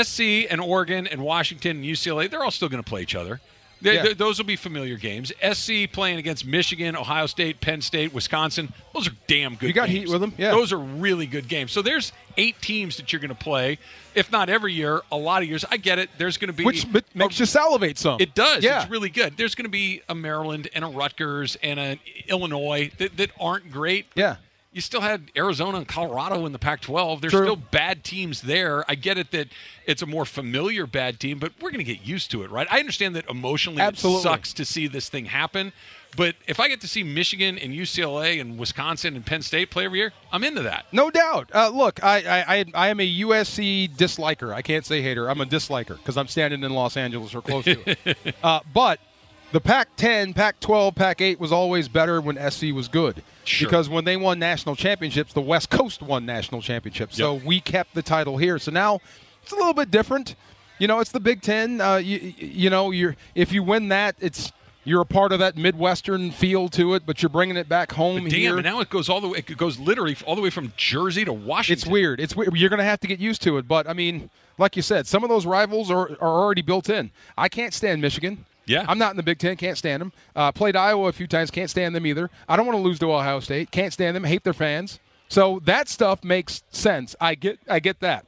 [SPEAKER 2] SC and Oregon and Washington and UCLA, they're all still going to play each other. They,
[SPEAKER 4] Yeah.
[SPEAKER 2] they- those will be familiar games. SC playing against Michigan, Ohio State, Penn State, Wisconsin. Those are damn good.
[SPEAKER 4] You got
[SPEAKER 2] games.
[SPEAKER 4] heat with them, yeah.
[SPEAKER 2] Those are really good games. So there's eight teams that you're going to play, if not every year, a lot of years. I get it. There's going to be
[SPEAKER 4] Which ma- makes you salivate some.
[SPEAKER 2] it does.
[SPEAKER 4] Yeah.
[SPEAKER 2] It's really good. There's going to be a Maryland and a Rutgers and an Illinois that, that aren't great.
[SPEAKER 4] Yeah.
[SPEAKER 2] you still had Arizona and Colorado in the Pac-12. There's
[SPEAKER 4] True.
[SPEAKER 2] still bad teams there. I get it that it's a more familiar bad team, but we're going to get used to it, right? I understand that emotionally
[SPEAKER 4] Absolutely.
[SPEAKER 2] it sucks to see this thing happen, but if I get to see Michigan and UCLA and Wisconsin and Penn State play every year, I'm into that.
[SPEAKER 4] No doubt. Uh, look, I, I, I, I am a USC disliker. I can't say hater. I'm a disliker because I'm standing in Los Angeles or close to it. Uh, but the Pac 10, Pac 12, Pac 8 was always better when SC was good.
[SPEAKER 2] Sure.
[SPEAKER 4] Because when they won national championships, the West Coast won national championships. So
[SPEAKER 2] Yep.
[SPEAKER 4] we kept the title here. So now it's a little bit different. You know, it's the Big Ten. Uh, you, you know, you're if you win that, it's you're a part of that Midwestern feel to it, but you're bringing it back home
[SPEAKER 2] Damn,
[SPEAKER 4] here.
[SPEAKER 2] and now it goes all the way. It goes literally all the way from Jersey to Washington.
[SPEAKER 4] It's weird. It's weird. You're going to have to get used to it. But I mean, like you said, some of those rivals are, are already built in. I can't stand Michigan.
[SPEAKER 2] Yeah.
[SPEAKER 4] I'm not in the Big Ten. Can't stand them. Uh, played Iowa a few times. Can't stand them either. I don't want to lose to Ohio State. Can't stand them. Hate their fans. So that stuff makes sense. I get. I get that.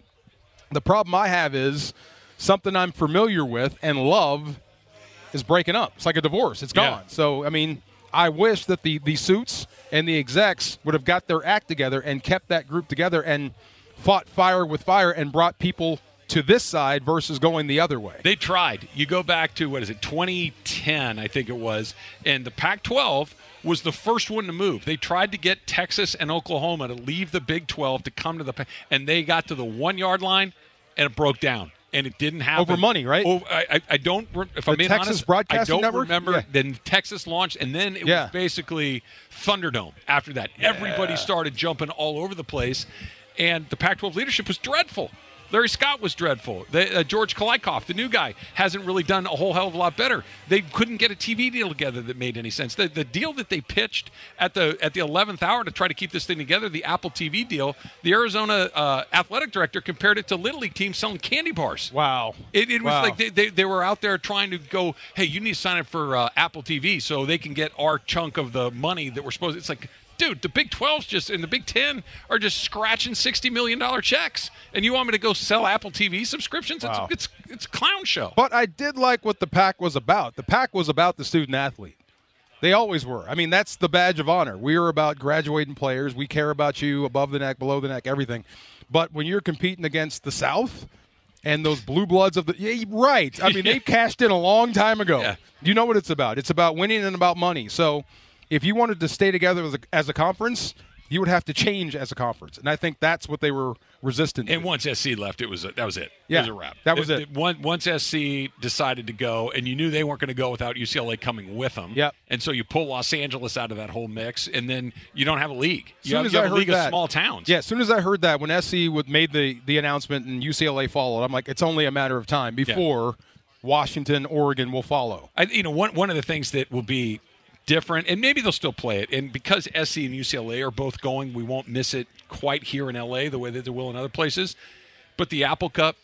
[SPEAKER 4] The problem I have is something I'm familiar with and love is breaking up. It's like a divorce. It's
[SPEAKER 2] Yeah.
[SPEAKER 4] gone. So I mean, I wish that the the suits and the execs would have got their act together and kept that group together and fought fire with fire and brought people to this side versus going the other way.
[SPEAKER 2] They tried. You go back to what is it, 2010, I think it was, and the Pac-12 was the first one to move. They tried to get Texas and Oklahoma to leave the Big 12 to come to the, Pa- and they got to the one yard line, and it broke down, and it didn't happen
[SPEAKER 4] Over money, right?
[SPEAKER 2] Oh, I, I- I don't. re- If I'm being
[SPEAKER 4] Texas
[SPEAKER 2] honest, I
[SPEAKER 4] Broadcasting
[SPEAKER 2] don't
[SPEAKER 4] Network?
[SPEAKER 2] remember.
[SPEAKER 4] Yeah.
[SPEAKER 2] Then Texas launched, and then it
[SPEAKER 4] Yeah.
[SPEAKER 2] was basically Thunderdome. After that, everybody started jumping all over the place, and the Pac-12 leadership was dreadful. Larry Scott was dreadful. The, uh, George Kalaikoff, the new guy, hasn't really done a whole hell of a lot better. They couldn't get a TV deal together that made any sense. The, the deal that they pitched at the at the 11th hour to try to keep this thing together, the Apple TV deal, the Arizona uh, athletic director compared it to little league teams selling candy bars.
[SPEAKER 4] Wow.
[SPEAKER 2] It, it was
[SPEAKER 4] Wow.
[SPEAKER 2] like they, they, they were out there trying to go, hey, you need to sign up for uh, Apple TV so they can get our chunk of the money that we're supposed. It's like, dude, the Big 12's just and the Big 10 are just scratching sixty million dollar checks, and you want me to go sell Apple TV subscriptions?
[SPEAKER 4] Wow.
[SPEAKER 2] It's it's it's a clown show.
[SPEAKER 4] But I did like what the pack was about. The pack was about the student athlete. They always were. I mean, that's the badge of honor. We are about graduating players. We care about you above the neck, below the neck, everything. But when you're competing against the South and those blue bloods of the yeah, you're right. I mean, they cashed in a long time ago.
[SPEAKER 2] Yeah.
[SPEAKER 4] You know what it's about. It's about winning and about money. So, if you wanted to stay together as a, as a conference, you would have to change as a conference. And I think that's what they were resistant
[SPEAKER 2] And
[SPEAKER 4] to.
[SPEAKER 2] once SC left, it was a, that was it.
[SPEAKER 4] Yeah,
[SPEAKER 2] it was a wrap.
[SPEAKER 4] that was it.
[SPEAKER 2] one- once SC decided to go, and you knew they weren't going to go without UCLA coming with them.
[SPEAKER 4] Yep.
[SPEAKER 2] And so you pull Los Angeles out of that whole mix, and then you don't have a league. You
[SPEAKER 4] As soon
[SPEAKER 2] have,
[SPEAKER 4] as
[SPEAKER 2] you
[SPEAKER 4] I
[SPEAKER 2] have a
[SPEAKER 4] heard
[SPEAKER 2] league
[SPEAKER 4] that,
[SPEAKER 2] of small towns.
[SPEAKER 4] Yeah, as soon as I heard that, when SC would made the the announcement and UCLA followed, I'm like, it's only a matter of time before Washington, Oregon will follow.
[SPEAKER 2] I, you know, one one of the things that will be different, and maybe they'll still play it, and because SC and UCLA are both going, we won't miss it quite here in LA the way that they will in other places. But the Apple Cup,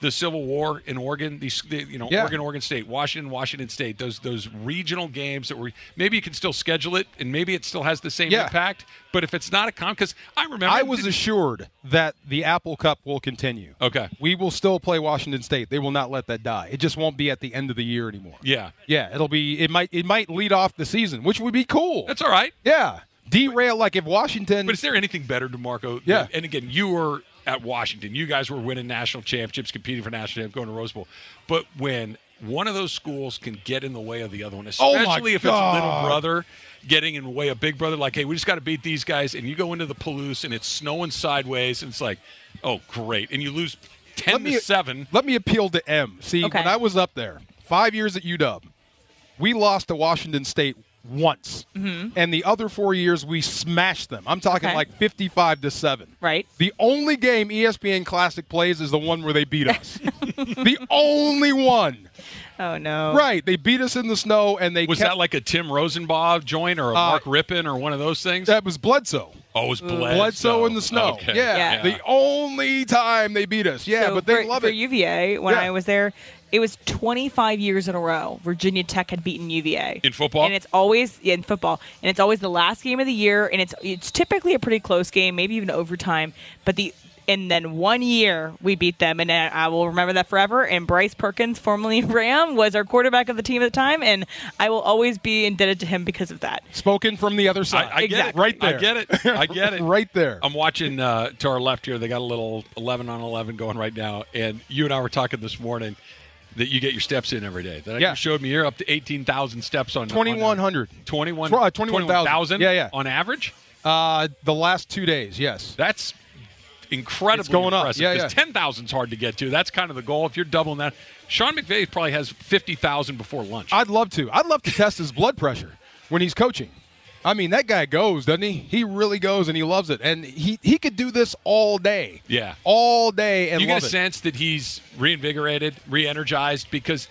[SPEAKER 2] the Civil War in Oregon, these the, you know,
[SPEAKER 4] Yeah.
[SPEAKER 2] Oregon, Oregon State, Washington, Washington State, those those regional games that were maybe you can still schedule it, and maybe it still has the same
[SPEAKER 4] Yeah.
[SPEAKER 2] impact. But if it's not a con, because I remember
[SPEAKER 4] I was assured that the Apple Cup will continue.
[SPEAKER 2] Okay.
[SPEAKER 4] We will still play Washington State. They will not let that die. It just won't be at the end of the year anymore.
[SPEAKER 2] yeah,
[SPEAKER 4] Yeah, it'll be it might it might lead off the season, which would be cool.
[SPEAKER 2] that's all right.
[SPEAKER 4] yeah. Derail like if Washington
[SPEAKER 2] But is there anything better, DeMarco?
[SPEAKER 4] Yeah.
[SPEAKER 2] And again, you were at Washington. You guys were winning national championships, competing for national champ, going to Rose Bowl. But when one of those schools can get in the way of the other one,
[SPEAKER 4] Oh my
[SPEAKER 2] especially if it's little
[SPEAKER 4] God.
[SPEAKER 2] brother getting in the way of big brother, like, hey, we just got to beat these guys, and you go into the Palouse and it's snowing sideways, and it's like, oh, great. And you lose 10
[SPEAKER 4] let me
[SPEAKER 2] to 7.
[SPEAKER 4] Let me appeal to M. See,
[SPEAKER 3] Okay.
[SPEAKER 4] when I was up there, five years at UW, we lost to Washington State once, and the other four years we smashed them. I'm talking
[SPEAKER 3] Mm-hmm. Okay.
[SPEAKER 4] like 55 to seven.
[SPEAKER 3] Right.
[SPEAKER 4] The only game E ESPN Classic plays is the one where they beat us. the only one.
[SPEAKER 3] Oh no.
[SPEAKER 4] Right. They beat us in the snow, and they
[SPEAKER 2] Was
[SPEAKER 4] kept,
[SPEAKER 2] that like a Tim Rosenbaugh joint or a Mark Rippon or one of those things?
[SPEAKER 4] Uh, that was Bledsoe.
[SPEAKER 2] oh, it was Bledsoe.
[SPEAKER 4] Bledsoe in the snow.
[SPEAKER 2] Okay.
[SPEAKER 4] Yeah,
[SPEAKER 3] Yeah.
[SPEAKER 4] The only time they beat us. Yeah,
[SPEAKER 3] So
[SPEAKER 4] but they
[SPEAKER 3] for,
[SPEAKER 4] love
[SPEAKER 3] for
[SPEAKER 4] it.
[SPEAKER 3] UVA, when
[SPEAKER 4] Yeah.
[SPEAKER 3] I was there, it was 25 years in a row Virginia Tech had beaten UVA
[SPEAKER 2] In football?
[SPEAKER 3] and it's always yeah, in football, and it's always the last game of the year, and it's it's typically a pretty close game, maybe even overtime. But the And then one year we beat them, and I I will remember that forever. And Bryce Perkins, formerly Ram, was our quarterback of the team at the time, and I will always be indebted to him because of that.
[SPEAKER 4] Spoken from the other side.
[SPEAKER 2] I, I get it.
[SPEAKER 3] Exactly.
[SPEAKER 4] Right there.
[SPEAKER 2] I get it. I get it.
[SPEAKER 4] Right there.
[SPEAKER 2] I'm watching uh, to our left here. They got a little 11 on 11 going right now. And you and I were talking this morning that you get your steps in every day. That
[SPEAKER 4] Yeah.
[SPEAKER 2] you showed me you're up to 18,000 steps on on-
[SPEAKER 4] 2100.
[SPEAKER 2] 21
[SPEAKER 4] Tw- uh, 21,000.
[SPEAKER 2] 21,000
[SPEAKER 4] Yeah, yeah.
[SPEAKER 2] on average.
[SPEAKER 4] Uh, the last two days, yes.
[SPEAKER 2] That's incredibly
[SPEAKER 4] It's going up.
[SPEAKER 2] impressive.
[SPEAKER 4] Yeah,
[SPEAKER 2] 'cause
[SPEAKER 4] yeah.
[SPEAKER 2] 10,000 is hard to get to. That's kind of the goal. If you're doubling that, Sean McVay probably has 50,000 before lunch.
[SPEAKER 4] I'd love to. I'd love to test his blood pressure when he's coaching. I mean, that guy goes, doesn't he? He really goes and he loves it. And he, he could do this all day.
[SPEAKER 2] Yeah.
[SPEAKER 4] All day and
[SPEAKER 2] you
[SPEAKER 4] love
[SPEAKER 2] get a
[SPEAKER 4] it.
[SPEAKER 2] sense that he's reinvigorated, re-energized because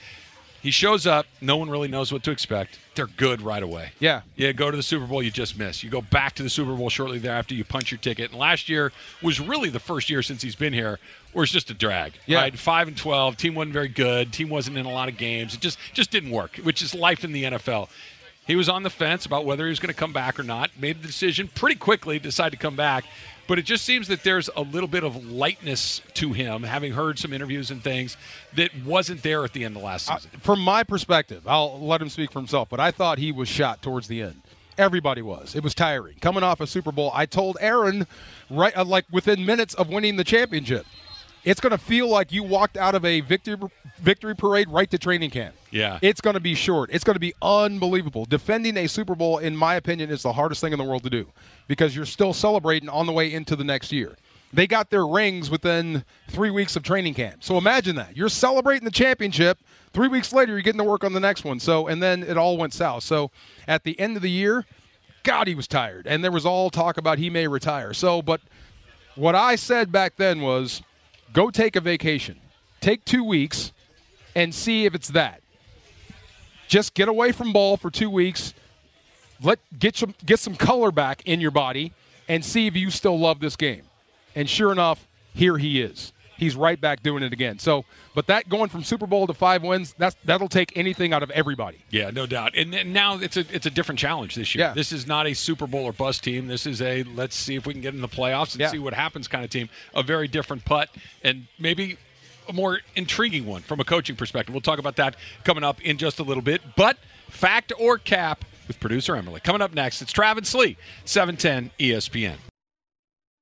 [SPEAKER 2] he shows up. No one really knows what to expect. They're good right away.
[SPEAKER 4] Yeah.
[SPEAKER 2] yeah. Go to the Super Bowl, you just miss. You go back to the Super Bowl shortly thereafter. You punch your ticket. And last year was really the first year since he's been here where it's just a drag.
[SPEAKER 4] Yeah.
[SPEAKER 2] right? five and twelve. Team wasn't very good. Team wasn't in a lot of games. It just just didn't work, which is life in the NFL. He was on the fence about whether he was going to come back or not. Made the decision pretty quickly, decided to come back. But it just seems that there's a little bit of lightness to him, having heard some interviews and things that wasn't there at the end of last season.
[SPEAKER 4] from my perspective, I'll let him speak for himself, but I thought he was shot towards the end. Everybody was. It was tiring. Coming off a Super Bowl, I told Aaron right uh, like within minutes of winning the championship. It's going to feel like you walked out of a victory victory parade right to training camp.
[SPEAKER 2] Yeah.
[SPEAKER 4] It's going to be short. It's going to be unbelievable. Defending a Super Bowl in my opinion is the hardest thing in the world to do because you're still celebrating on the way into the next year. They got their rings within three weeks of training camp. So imagine that. You're celebrating the championship. Three weeks later, you're getting to work on the next one. So, and then it all went south. So, at the end of the year, God, he was tired. And there was all talk about he may retire. So, but what I said back then was go take a vacation, take two weeks, and see if it's that. Just get away from ball for two weeks. Let get some get some color back in your body and see if you still love this game. And sure enough, here he is. He's right back doing it again. So, but that going from Super Bowl to five wins, that's that'll take anything out of everybody.
[SPEAKER 2] Yeah, no doubt. And then now it's a it's a different challenge this year.
[SPEAKER 4] Yeah.
[SPEAKER 2] This is not a Super Bowl or bust team. This is a let's see if we can get in the playoffs and
[SPEAKER 4] Yeah.
[SPEAKER 2] see what happens kind of team. A very different putt and maybe a more intriguing one from a coaching perspective. We'll talk about that coming up in just a little bit. But fact or cap with producer Emily. Coming up next, it's Travis Lee, E 710 ESPN.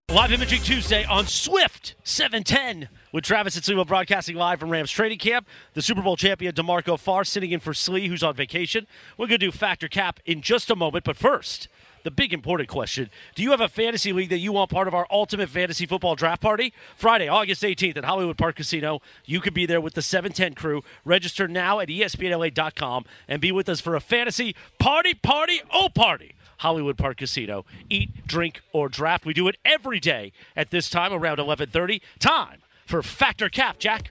[SPEAKER 5] Live Imaging Tuesday on Swift 710 with Travis and Sliwa broadcasting live from Rams training camp. The Super Bowl champion DeMarco Farr sitting in for Slee, who's on vacation. We're going to do Factor Cap in just a moment, but first, the big important question. Do you have a fantasy league that you want part of our ultimate fantasy football draft party? Friday, August 18th at Hollywood Park Casino. You could be there with the 710 crew. Register now at E espnla.com and be with us for a fantasy party, party, oh party. Hollywood Park Casino. Eat, drink, or draft. We do it every day at this time around 11:30. Time for Factor Cap, Jack.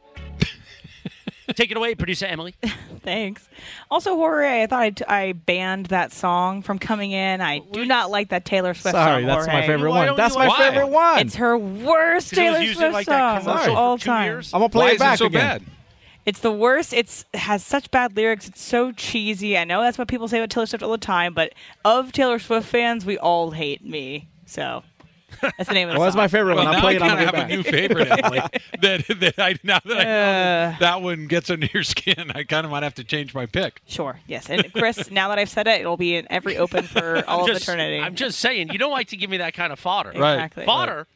[SPEAKER 5] Take it away, producer Emily.
[SPEAKER 3] Thanks. Also, Jorge, I thought I, t- I banned that song from coming in. I do not like that Taylor Swift
[SPEAKER 6] Sorry,
[SPEAKER 3] song.
[SPEAKER 6] that's my
[SPEAKER 3] Jorge.
[SPEAKER 6] favorite
[SPEAKER 5] Why
[SPEAKER 6] one.
[SPEAKER 5] don't
[SPEAKER 6] That's
[SPEAKER 5] you
[SPEAKER 6] my
[SPEAKER 5] like-
[SPEAKER 6] favorite one.
[SPEAKER 3] It's her worst Taylor
[SPEAKER 5] used it
[SPEAKER 3] Swift
[SPEAKER 5] like that
[SPEAKER 3] song
[SPEAKER 5] commercial
[SPEAKER 3] of
[SPEAKER 5] for
[SPEAKER 3] all
[SPEAKER 5] two
[SPEAKER 3] time.
[SPEAKER 5] years.
[SPEAKER 6] I'm gonna play
[SPEAKER 2] Why
[SPEAKER 6] it
[SPEAKER 2] is it
[SPEAKER 6] back
[SPEAKER 2] so
[SPEAKER 6] again.
[SPEAKER 2] bad?
[SPEAKER 3] It's the worst. It's has such bad lyrics. It's so cheesy. I know that's what people say about Taylor Swift all the time, but of Taylor Swift fans, we all hate me. So that's the name of the
[SPEAKER 6] Well, that's
[SPEAKER 3] song.
[SPEAKER 6] my favorite
[SPEAKER 2] Well,
[SPEAKER 6] one.
[SPEAKER 2] now
[SPEAKER 6] I
[SPEAKER 2] I
[SPEAKER 6] played it
[SPEAKER 2] kind
[SPEAKER 6] on
[SPEAKER 2] of
[SPEAKER 6] the way
[SPEAKER 2] have
[SPEAKER 6] back.
[SPEAKER 2] a new favorite, Emily. that, that I now that I know
[SPEAKER 6] Uh.
[SPEAKER 2] that, that one gets under your skin, I kind of might have to change my pick.
[SPEAKER 3] Sure. Yes. And Chris, now that I've said it, it'll be in every open for all of
[SPEAKER 5] Just-
[SPEAKER 3] eternity.
[SPEAKER 5] I'm just saying, you don't like to give me that kind of fodder.
[SPEAKER 4] Right.
[SPEAKER 3] Exactly.
[SPEAKER 5] Fodder.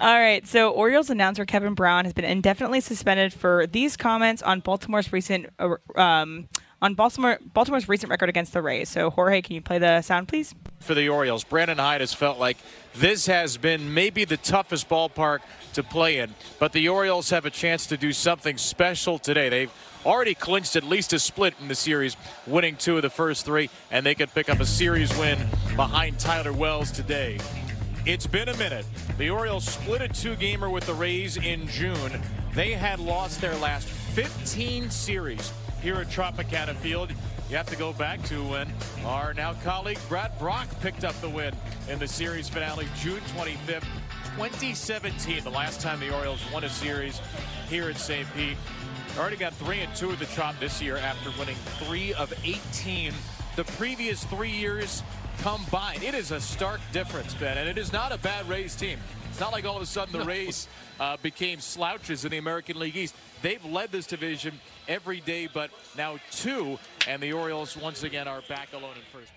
[SPEAKER 3] All right. So Orioles announcer Kevin Brown has been indefinitely suspended for these comments on Baltimore's recent uh, um, on Baltimore Baltimore's recent record against the Rays. So Jorge, can you play the sound, please?
[SPEAKER 7] for the Orioles. Brandon Hyde has felt like this has been maybe the toughest ballpark to play in, but the Orioles have a chance to do something special today. They've already clinched at least a split in the series, winning two of the first three, and they could pick up a series win behind Tyler Wells today. It's been a minute. The Orioles split a two gamer with the Rays in June. They had lost their last 15 series here at Tropicana Field. You have to go back to when our now colleague Brad Brock picked up the win in the series finale June 25th, 2017, the last time the Orioles won a series here at St. Pete. Already got three and two at the chop this year after winning three of 18 the previous three years combined. It is a stark difference, Ben, and it is not a bad Rays team. It's not like all of a sudden the Rays uh, became slouches in the American League East. They've led this division every day, but now two, and the Orioles once again are back alone in first.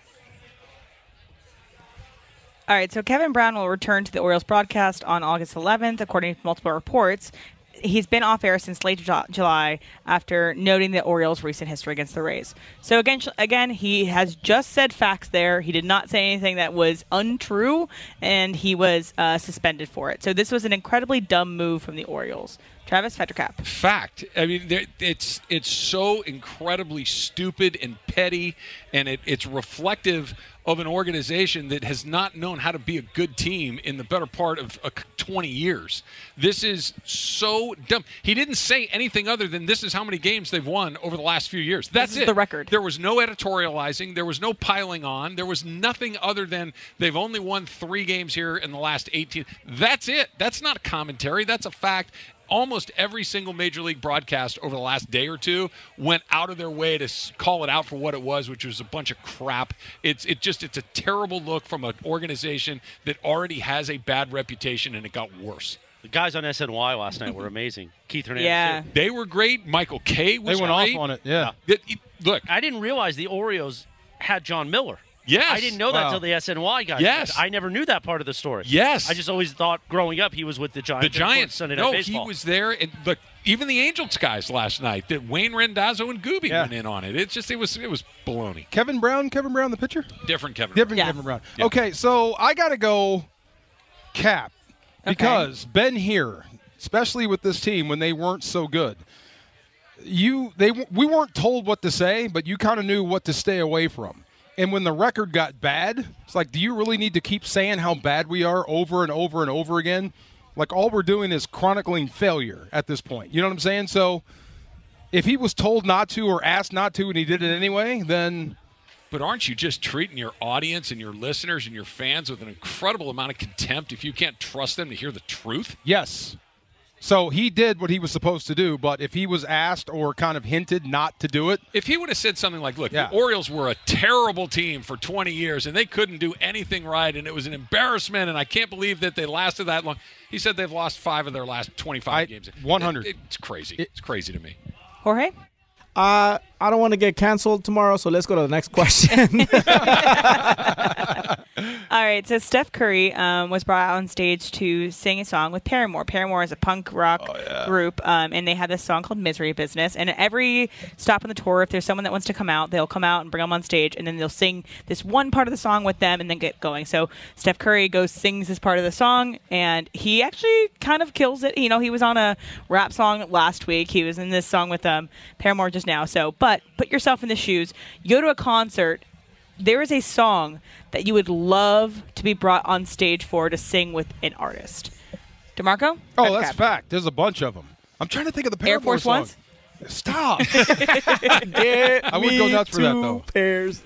[SPEAKER 3] All right, so Kevin Brown will return to the Orioles broadcast on August 11th, according to multiple reports. He's been off air since late Ju- July after noting the Orioles' recent history against the Rays. So again, again, he has just said facts there. He did not say anything that was untrue, and he was uh, suspended for it. So this was an incredibly dumb move from the Orioles. Travis Fettercap.
[SPEAKER 2] fact. I mean, there- it's it's so incredibly stupid and petty, and it, it's reflective of an organization that has not known how to be a good team in the better part of uh, 20 years. This is so dumb. He didn't say anything other than this is how many games they've won over the last few years. That's
[SPEAKER 3] is
[SPEAKER 2] it.
[SPEAKER 3] the record.
[SPEAKER 2] There was no editorializing. There was no piling on. There was nothing other than they've only won three games here in the last 18. That's it. That's not a commentary. That's a fact. Almost every single major league broadcast over the last day or two went out of their way to s- call it out for what it was, which was a bunch of crap. It's it just it's a terrible look from an organization that already has a bad reputation and it got worse.
[SPEAKER 5] The guys on SNY last night were amazing. Keith Hernandez.
[SPEAKER 3] Yeah.
[SPEAKER 5] too.
[SPEAKER 2] They were great. Michael Kay
[SPEAKER 4] They
[SPEAKER 2] was
[SPEAKER 4] went off
[SPEAKER 2] great.
[SPEAKER 4] on it. Yeah.
[SPEAKER 2] It- it- look,
[SPEAKER 5] I didn't realize the Orioles had John Miller.
[SPEAKER 2] Yes.
[SPEAKER 5] I didn't know that
[SPEAKER 4] Wow.
[SPEAKER 5] until the SNY guys.
[SPEAKER 2] Yes.
[SPEAKER 5] did. I never knew that part of the story.
[SPEAKER 2] Yes.
[SPEAKER 5] I just always thought growing up he was with the Giants.
[SPEAKER 2] the Giants.
[SPEAKER 5] Sunday Night
[SPEAKER 2] no,
[SPEAKER 5] Baseball.
[SPEAKER 2] he was there, and look, even the Angels guys last night. That Wayne Rendazzo and Gooby
[SPEAKER 4] Yeah.
[SPEAKER 2] went in on it. It's just it was it was baloney.
[SPEAKER 4] Kevin Brown, Kevin Brown, the pitcher?
[SPEAKER 2] Different Kevin.
[SPEAKER 4] Different
[SPEAKER 3] Yeah.
[SPEAKER 4] Kevin Brown. Okay, so I got to go cap because Ben here, especially with this team when they weren't so good. You they we weren't told what to say, but you kind of knew what to stay away from. And when the record got bad, it's like do you really need to keep saying how bad we are over and over and over again? Like all we're doing is chronicling failure at this point. You know what I'm saying? So if he was told not to or asked not to and he did it anyway, then
[SPEAKER 2] But aren't you just treating your audience and your listeners and your fans with an incredible amount of contempt if you can't trust them to hear the truth?
[SPEAKER 4] Yes. So he did what he was supposed to do, but if he was asked or kind of hinted not to do it,
[SPEAKER 2] If he would have said something like, "Look,
[SPEAKER 4] Yeah.
[SPEAKER 2] the Orioles were a terrible team for 20 years and they couldn't do anything right and it was an embarrassment and I can't believe that they lasted that long." He said they've lost 5 of their last 25
[SPEAKER 4] I-
[SPEAKER 2] games.
[SPEAKER 4] 100.
[SPEAKER 2] It- it's crazy. it's crazy to me.
[SPEAKER 3] Jorge?
[SPEAKER 6] Uh, I don't want to get canceled tomorrow, so let's go to the next question.
[SPEAKER 3] All right, so Steph Curry um, was brought out on stage to sing a song with Paramore. Paramore is a punk rock group, um, and they had this song called Misery Business. And at every stop on the tour, if there's someone that wants to come out, they'll come out and bring them on stage, and then they'll sing this one part of the song with them and then get going. So Steph Curry goes, sings this part of the song, and he actually kind of kills it. You know, he was on a rap song last week, he was in this song with um, Paramore just now. So, but put yourself in the shoes. You go to a concert there is a song that you would love to be brought on stage for to sing with an artist. DeMarco?
[SPEAKER 4] oh,
[SPEAKER 3] Red
[SPEAKER 4] that's
[SPEAKER 3] cap.
[SPEAKER 4] fact. There's a bunch of them. I'm trying to think of the Paramore
[SPEAKER 3] Air Force
[SPEAKER 4] song.
[SPEAKER 3] Ones?
[SPEAKER 4] Stop.
[SPEAKER 6] I
[SPEAKER 4] would go nuts for that, though.
[SPEAKER 6] Pairs.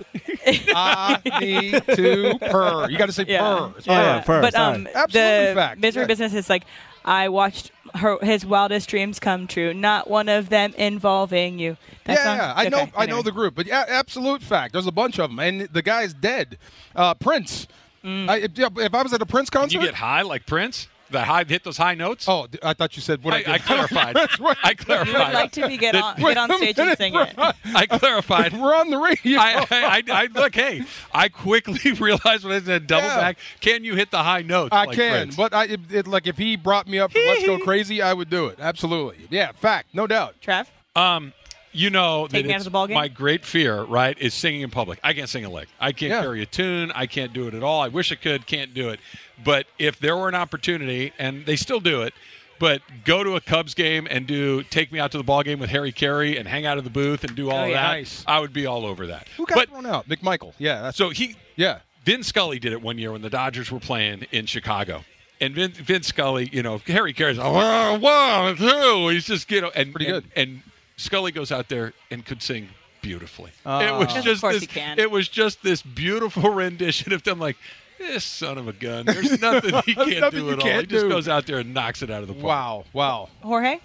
[SPEAKER 4] I need to purr. You got to say
[SPEAKER 3] Yeah.
[SPEAKER 4] purr. Oh, It's
[SPEAKER 6] Yeah,
[SPEAKER 4] purr.
[SPEAKER 6] first.
[SPEAKER 3] But um,
[SPEAKER 6] alright.
[SPEAKER 4] Absolutely
[SPEAKER 3] the
[SPEAKER 4] fact,
[SPEAKER 3] misery
[SPEAKER 4] yeah.
[SPEAKER 3] business is like, I watched her, his wildest dreams come true. Not one of them involving you. That
[SPEAKER 4] yeah,
[SPEAKER 3] song?
[SPEAKER 4] yeah, I know,
[SPEAKER 3] Okay,
[SPEAKER 4] I know
[SPEAKER 3] anyway.
[SPEAKER 4] the group, but yeah, absolute fact. There's a bunch of them, and the guy's dead. Uh, Prince.
[SPEAKER 3] Mm.
[SPEAKER 4] I, if- yeah, if I was at a Prince concert,
[SPEAKER 2] You get high like Prince? That high hit those high notes?
[SPEAKER 4] oh, d- I thought you said what I,
[SPEAKER 2] I, I
[SPEAKER 4] did.
[SPEAKER 2] clarified. I
[SPEAKER 3] You would
[SPEAKER 2] clarified.
[SPEAKER 3] like to be get on,
[SPEAKER 4] Wait
[SPEAKER 3] get on
[SPEAKER 4] a
[SPEAKER 3] stage and
[SPEAKER 4] minute,
[SPEAKER 3] sing
[SPEAKER 4] bro.
[SPEAKER 3] it.
[SPEAKER 2] I clarified.
[SPEAKER 4] We're on the radio.
[SPEAKER 2] I, I, I, I look. Hey, I quickly realized when I said double
[SPEAKER 4] Yeah.
[SPEAKER 2] back. Can you hit the high notes?
[SPEAKER 4] I
[SPEAKER 2] like
[SPEAKER 4] can,
[SPEAKER 2] Prince?
[SPEAKER 4] but I it, it, like if he brought me up for Let's Go Crazy, I would do it. Absolutely, yeah, fact, no doubt.
[SPEAKER 3] Trav?
[SPEAKER 2] Um, you know that
[SPEAKER 3] Take me out of
[SPEAKER 2] it's-
[SPEAKER 3] the ballgame?
[SPEAKER 2] my great fear, right, is singing in public. I can't sing a lick. I can't
[SPEAKER 4] Yeah.
[SPEAKER 2] carry a tune. I can't do it at all. I wish I could. Can't do it. But if there were an opportunity, and they still do it, but go to a Cubs game and do take me out to the ball game with Harry Carey and hang out of the booth and do all
[SPEAKER 3] Oh,
[SPEAKER 2] of
[SPEAKER 3] yeah.
[SPEAKER 2] that.
[SPEAKER 4] Nice.
[SPEAKER 2] I would be all over that.
[SPEAKER 4] Who got
[SPEAKER 2] but
[SPEAKER 4] thrown out? McMichael. Yeah, that's
[SPEAKER 2] so he
[SPEAKER 4] yeah.
[SPEAKER 2] Vin Scully did it one year when the Dodgers were playing in Chicago. And Vin, Vin Scully, you know, Harry Carey's "Oh, like, "Whoa, whoa, whoa." He's just, you know, and,
[SPEAKER 4] Pretty
[SPEAKER 2] and,
[SPEAKER 4] good.
[SPEAKER 2] and Scully goes out there and could sing beautifully. it was
[SPEAKER 3] Of
[SPEAKER 2] just
[SPEAKER 3] course
[SPEAKER 2] this,
[SPEAKER 3] he can.
[SPEAKER 2] it was just this beautiful rendition of them like, this son of a gun. There's nothing he can't
[SPEAKER 4] nothing
[SPEAKER 2] do
[SPEAKER 4] you
[SPEAKER 2] at all.
[SPEAKER 4] can't
[SPEAKER 2] He just
[SPEAKER 4] do.
[SPEAKER 2] goes out there and knocks it out of the park.
[SPEAKER 4] Wow, wow.
[SPEAKER 3] Jorge?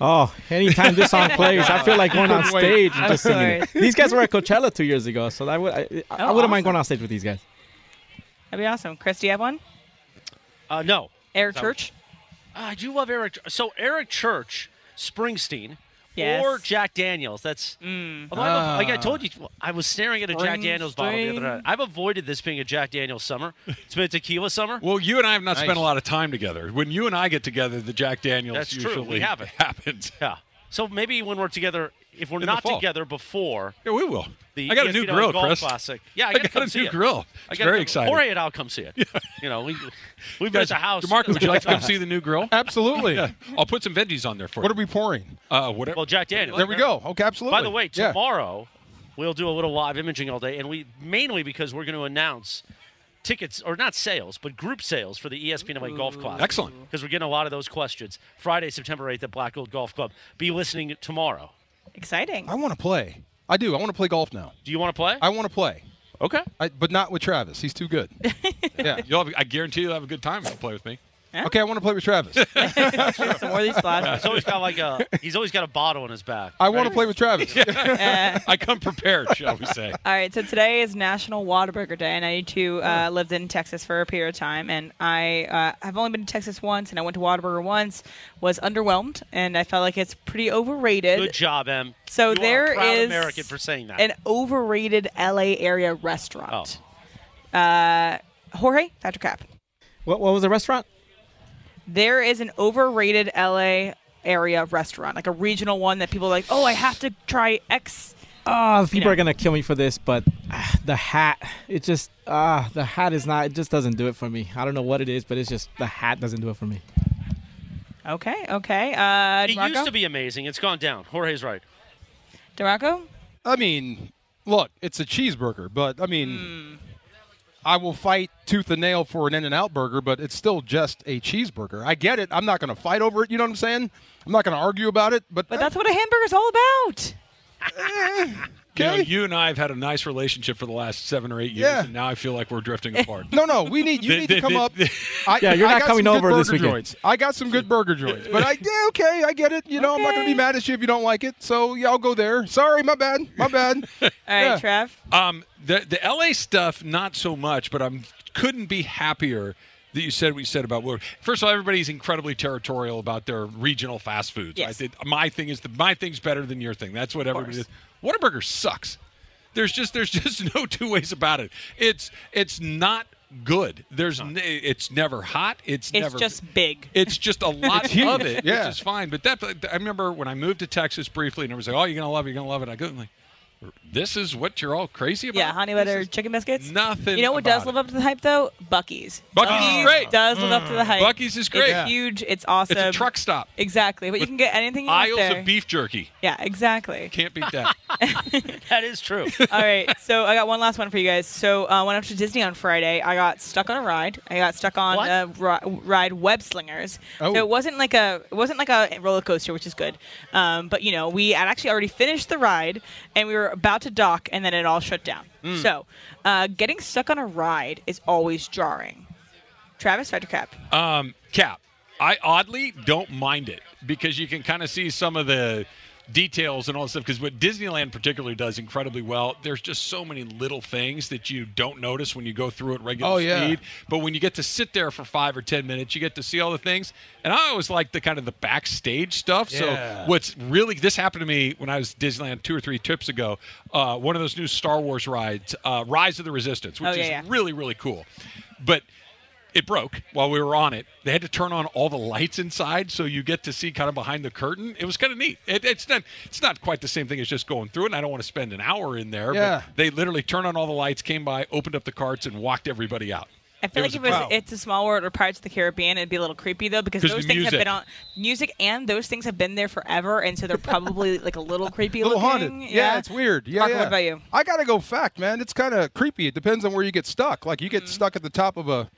[SPEAKER 6] Oh, anytime this song plays, I feel like going on stage and
[SPEAKER 3] Of
[SPEAKER 6] just singing.
[SPEAKER 3] course.
[SPEAKER 6] it. These guys were at Coachella two years ago, so that would I, I, I
[SPEAKER 3] Oh,
[SPEAKER 6] wouldn't
[SPEAKER 3] awesome.
[SPEAKER 6] mind going on stage with these guys.
[SPEAKER 3] That'd be awesome. Chris, do you have one?
[SPEAKER 5] Uh, no,
[SPEAKER 3] Eric
[SPEAKER 5] So-
[SPEAKER 3] Church?
[SPEAKER 5] Ah, I do love Eric. So Eric Church, Springsteen,
[SPEAKER 3] Yes.
[SPEAKER 5] or Jack Daniels. That's although I'm a-
[SPEAKER 2] Ah.
[SPEAKER 5] like I told you, I was staring at a Jack Daniels bottle the other
[SPEAKER 3] Springsteen.
[SPEAKER 5] night. I've avoided this being a Jack Daniels summer. It's been a tequila summer.
[SPEAKER 2] Well, you and I have not spent
[SPEAKER 4] Nice.
[SPEAKER 2] a lot of time together. When you and I get together, the Jack Daniels
[SPEAKER 5] That's true.
[SPEAKER 2] usually
[SPEAKER 5] We haven't.
[SPEAKER 2] happens.
[SPEAKER 5] Yeah. So maybe when we're together, if we're
[SPEAKER 2] the
[SPEAKER 5] not
[SPEAKER 2] fall.
[SPEAKER 5] together before
[SPEAKER 2] Yeah, we will.
[SPEAKER 5] the E
[SPEAKER 2] I got a new
[SPEAKER 5] ESPN
[SPEAKER 2] grill,
[SPEAKER 5] Golf
[SPEAKER 2] Chris.
[SPEAKER 5] Classic, yeah, I,
[SPEAKER 2] I
[SPEAKER 5] gotta
[SPEAKER 2] got
[SPEAKER 5] come
[SPEAKER 2] a
[SPEAKER 5] see
[SPEAKER 2] new
[SPEAKER 5] it.
[SPEAKER 2] grill.
[SPEAKER 5] I
[SPEAKER 2] It's
[SPEAKER 5] gotta
[SPEAKER 2] very
[SPEAKER 5] come-
[SPEAKER 2] exciting.
[SPEAKER 5] Jorge and I'll come see it. You know, we we've been at
[SPEAKER 2] Guys,
[SPEAKER 5] the house.
[SPEAKER 2] DeMarco, would you like to come see the new grill?
[SPEAKER 4] Absolutely.
[SPEAKER 2] I'll put some veggies on there for
[SPEAKER 4] Uh, What are
[SPEAKER 2] you.
[SPEAKER 4] we pouring?
[SPEAKER 2] uh, whatever.
[SPEAKER 5] Well, Jack Daniels.
[SPEAKER 4] There we go. Okay, absolutely.
[SPEAKER 5] By the way,
[SPEAKER 4] Yeah.
[SPEAKER 5] tomorrow we'll do a little live imaging all day, and we mainly because we're going to announce tickets or not sales, but group sales for the E ESPN LA Golf Classic.
[SPEAKER 2] Excellent.
[SPEAKER 5] Because we're getting a lot of those questions. Friday, September 8th at Black Gold Golf Club. Be listening tomorrow.
[SPEAKER 3] Exciting.
[SPEAKER 4] I want to play. I do. I want to play golf now.
[SPEAKER 5] Do you want to play?
[SPEAKER 4] I want to play,
[SPEAKER 5] okay.
[SPEAKER 4] I, but not with Travis. He's too good. yeah.
[SPEAKER 2] You'll have, I guarantee you'll have a good time if you play with me.
[SPEAKER 4] Okay, I want to play with Travis.
[SPEAKER 3] Some more of these splotches.
[SPEAKER 5] He's always got like a he's always got a bottle in his back.
[SPEAKER 4] I want to play with Travis.
[SPEAKER 3] Uh,
[SPEAKER 2] I come prepared, shall we say.
[SPEAKER 3] All right, so today is National Whataburger Day, and I used to
[SPEAKER 5] Oh.
[SPEAKER 3] uh, lived in Texas for a period of time, and I uh, have only been to Texas once, and I went to Whataburger once, was underwhelmed, and I felt like it's pretty overrated.
[SPEAKER 5] Good job, Em. You
[SPEAKER 3] So
[SPEAKER 5] are a
[SPEAKER 3] there
[SPEAKER 5] proud
[SPEAKER 3] is
[SPEAKER 5] American for saying that.
[SPEAKER 3] An overrated LA area restaurant.
[SPEAKER 5] Oh.
[SPEAKER 3] Uh, Jorge, Patrick Cap.
[SPEAKER 6] What, what was the restaurant?
[SPEAKER 3] There is an overrated LA area restaurant, like a regional one that people are like, oh, I have to try X.
[SPEAKER 6] Oh, people
[SPEAKER 3] know.
[SPEAKER 6] are gonna kill me for this, but ah, the hat. It just ah, the hat is not. It just doesn't do it for me. I don't know what it is, but it's just the hat doesn't do it for me.
[SPEAKER 3] Okay, okay. Uh,
[SPEAKER 5] it used to be amazing. It's gone down. Jorge's right.
[SPEAKER 3] DeMarco?
[SPEAKER 4] I mean, look, it's a cheeseburger, but I mean,
[SPEAKER 3] Hmm.
[SPEAKER 4] I will fight tooth and nail for an In and Out burger, but it's still just a cheeseburger. I get it. I'm not going to fight over it. You know what I'm saying? I'm not going to argue about it, but,
[SPEAKER 3] But that's what a hamburger's all about.
[SPEAKER 2] You, know,
[SPEAKER 4] okay.
[SPEAKER 2] you and I have had a nice relationship for the last seven or eight years,
[SPEAKER 4] Yeah.
[SPEAKER 2] and now I feel like we're drifting apart.
[SPEAKER 4] no, no, we need you
[SPEAKER 2] They-
[SPEAKER 4] need
[SPEAKER 2] they-
[SPEAKER 4] to come
[SPEAKER 2] they-
[SPEAKER 4] up.
[SPEAKER 2] they-
[SPEAKER 4] I,
[SPEAKER 6] Yeah, you're
[SPEAKER 4] I
[SPEAKER 6] not
[SPEAKER 4] got
[SPEAKER 6] coming
[SPEAKER 4] some good
[SPEAKER 6] over this
[SPEAKER 4] burger
[SPEAKER 6] weekend.
[SPEAKER 4] joints. I got some good burger joints, but I yeah, okay, I get it. You know, I'm not going to
[SPEAKER 3] Okay.
[SPEAKER 4] be mad at you if you don't like it. So yeah, I'll go there. Sorry, my bad, my bad.
[SPEAKER 3] All right,
[SPEAKER 4] Yeah.
[SPEAKER 3] Trev.
[SPEAKER 2] Um, the the LA stuff, not so much, but I'm couldn't be happier that you said what you said about Woodward. First of all, everybody's incredibly territorial about their regional fast foods.
[SPEAKER 3] Yes.
[SPEAKER 2] right? That- my thing is the my thing's better than your thing. That's what everybody
[SPEAKER 3] course.
[SPEAKER 2] is. Whataburger sucks. There's just there's just no two ways about it. It's it's not good. There's n- it's never hot. It's,
[SPEAKER 3] It's
[SPEAKER 2] never
[SPEAKER 3] just big.
[SPEAKER 2] It's just a lot of it,
[SPEAKER 4] Yeah.
[SPEAKER 2] which is fine. But that I remember when I moved to Texas briefly, and everybody was like, "Oh, you're gonna love it. You're gonna love it." I go like. This is what you're all crazy about.
[SPEAKER 3] Yeah, honey
[SPEAKER 2] This
[SPEAKER 3] butter
[SPEAKER 2] is-
[SPEAKER 3] chicken biscuits.
[SPEAKER 2] nothing
[SPEAKER 3] You know what
[SPEAKER 2] about
[SPEAKER 3] does live
[SPEAKER 2] it.
[SPEAKER 3] up to the hype though? Bucky's.
[SPEAKER 2] Buc-ee's is great.
[SPEAKER 3] Does live up to the hype.
[SPEAKER 2] Buc-ee's is great.
[SPEAKER 3] It's
[SPEAKER 2] Yeah.
[SPEAKER 3] huge. It's awesome.
[SPEAKER 2] It's a truck stop.
[SPEAKER 3] Exactly, but you
[SPEAKER 2] With
[SPEAKER 3] can get anything you want
[SPEAKER 2] Aisles
[SPEAKER 3] there.
[SPEAKER 2] of beef jerky.
[SPEAKER 3] Yeah, exactly.
[SPEAKER 2] Can't beat that.
[SPEAKER 5] That is true.
[SPEAKER 3] All right, so I got one last one for you guys. So uh, I went up to Disney on Friday. I got stuck on a ride. I got stuck on
[SPEAKER 5] What?
[SPEAKER 3] a ri- ride, Web Slingers.
[SPEAKER 4] Oh.
[SPEAKER 3] So it wasn't like a it wasn't like a roller coaster, which is good. Um, but you know, we had actually already finished the ride, and we were about to dock, and then it all shut down. So uh, getting stuck on a ride is always jarring. Travis, Fedor Cap.
[SPEAKER 2] Um, Cap, I oddly don't mind it because you can kind of see some of the details and all that stuff. Because what Disneyland particularly does incredibly well, there's just so many little things that you don't notice when you go through at regular
[SPEAKER 4] Oh, yeah.
[SPEAKER 2] speed. But when you get to sit there for five or ten minutes, you get to see all the things. And I always like the kind of the backstage stuff. So what's really this happened to me when I was at Disneyland two or three trips ago. Uh, one of those new Star Wars rides, uh, Rise of the Resistance, which
[SPEAKER 3] Oh, yeah,
[SPEAKER 2] is
[SPEAKER 3] yeah.
[SPEAKER 2] really really cool, but it broke while we were on it. They had to turn on all the lights inside, so you get to see kind of behind the curtain. It was kind of neat. It, it's not it's not quite the same thing as just going through it. And I don't want to spend an hour in there.
[SPEAKER 4] Yeah.
[SPEAKER 2] But they literally turned on all the lights, came by, opened up the carts, and walked everybody out.
[SPEAKER 3] I
[SPEAKER 2] It
[SPEAKER 3] feel like
[SPEAKER 2] was
[SPEAKER 3] if it was
[SPEAKER 2] incredible.
[SPEAKER 3] It's a Small World or Pirates of the Caribbean, it'd be a little creepy though because
[SPEAKER 2] 'Cause
[SPEAKER 3] those
[SPEAKER 2] the
[SPEAKER 3] things have
[SPEAKER 2] music.
[SPEAKER 3] been on music and those things have been there forever, and so they're probably like a little creepy,
[SPEAKER 4] A little
[SPEAKER 3] looking.
[SPEAKER 4] haunted. Yeah, it's weird. Yeah,
[SPEAKER 3] Marco,
[SPEAKER 4] yeah.
[SPEAKER 3] what about you?
[SPEAKER 4] I gotta go fact, man. It's kind of creepy. It depends on where you get stuck. Like you get stuck at the top of a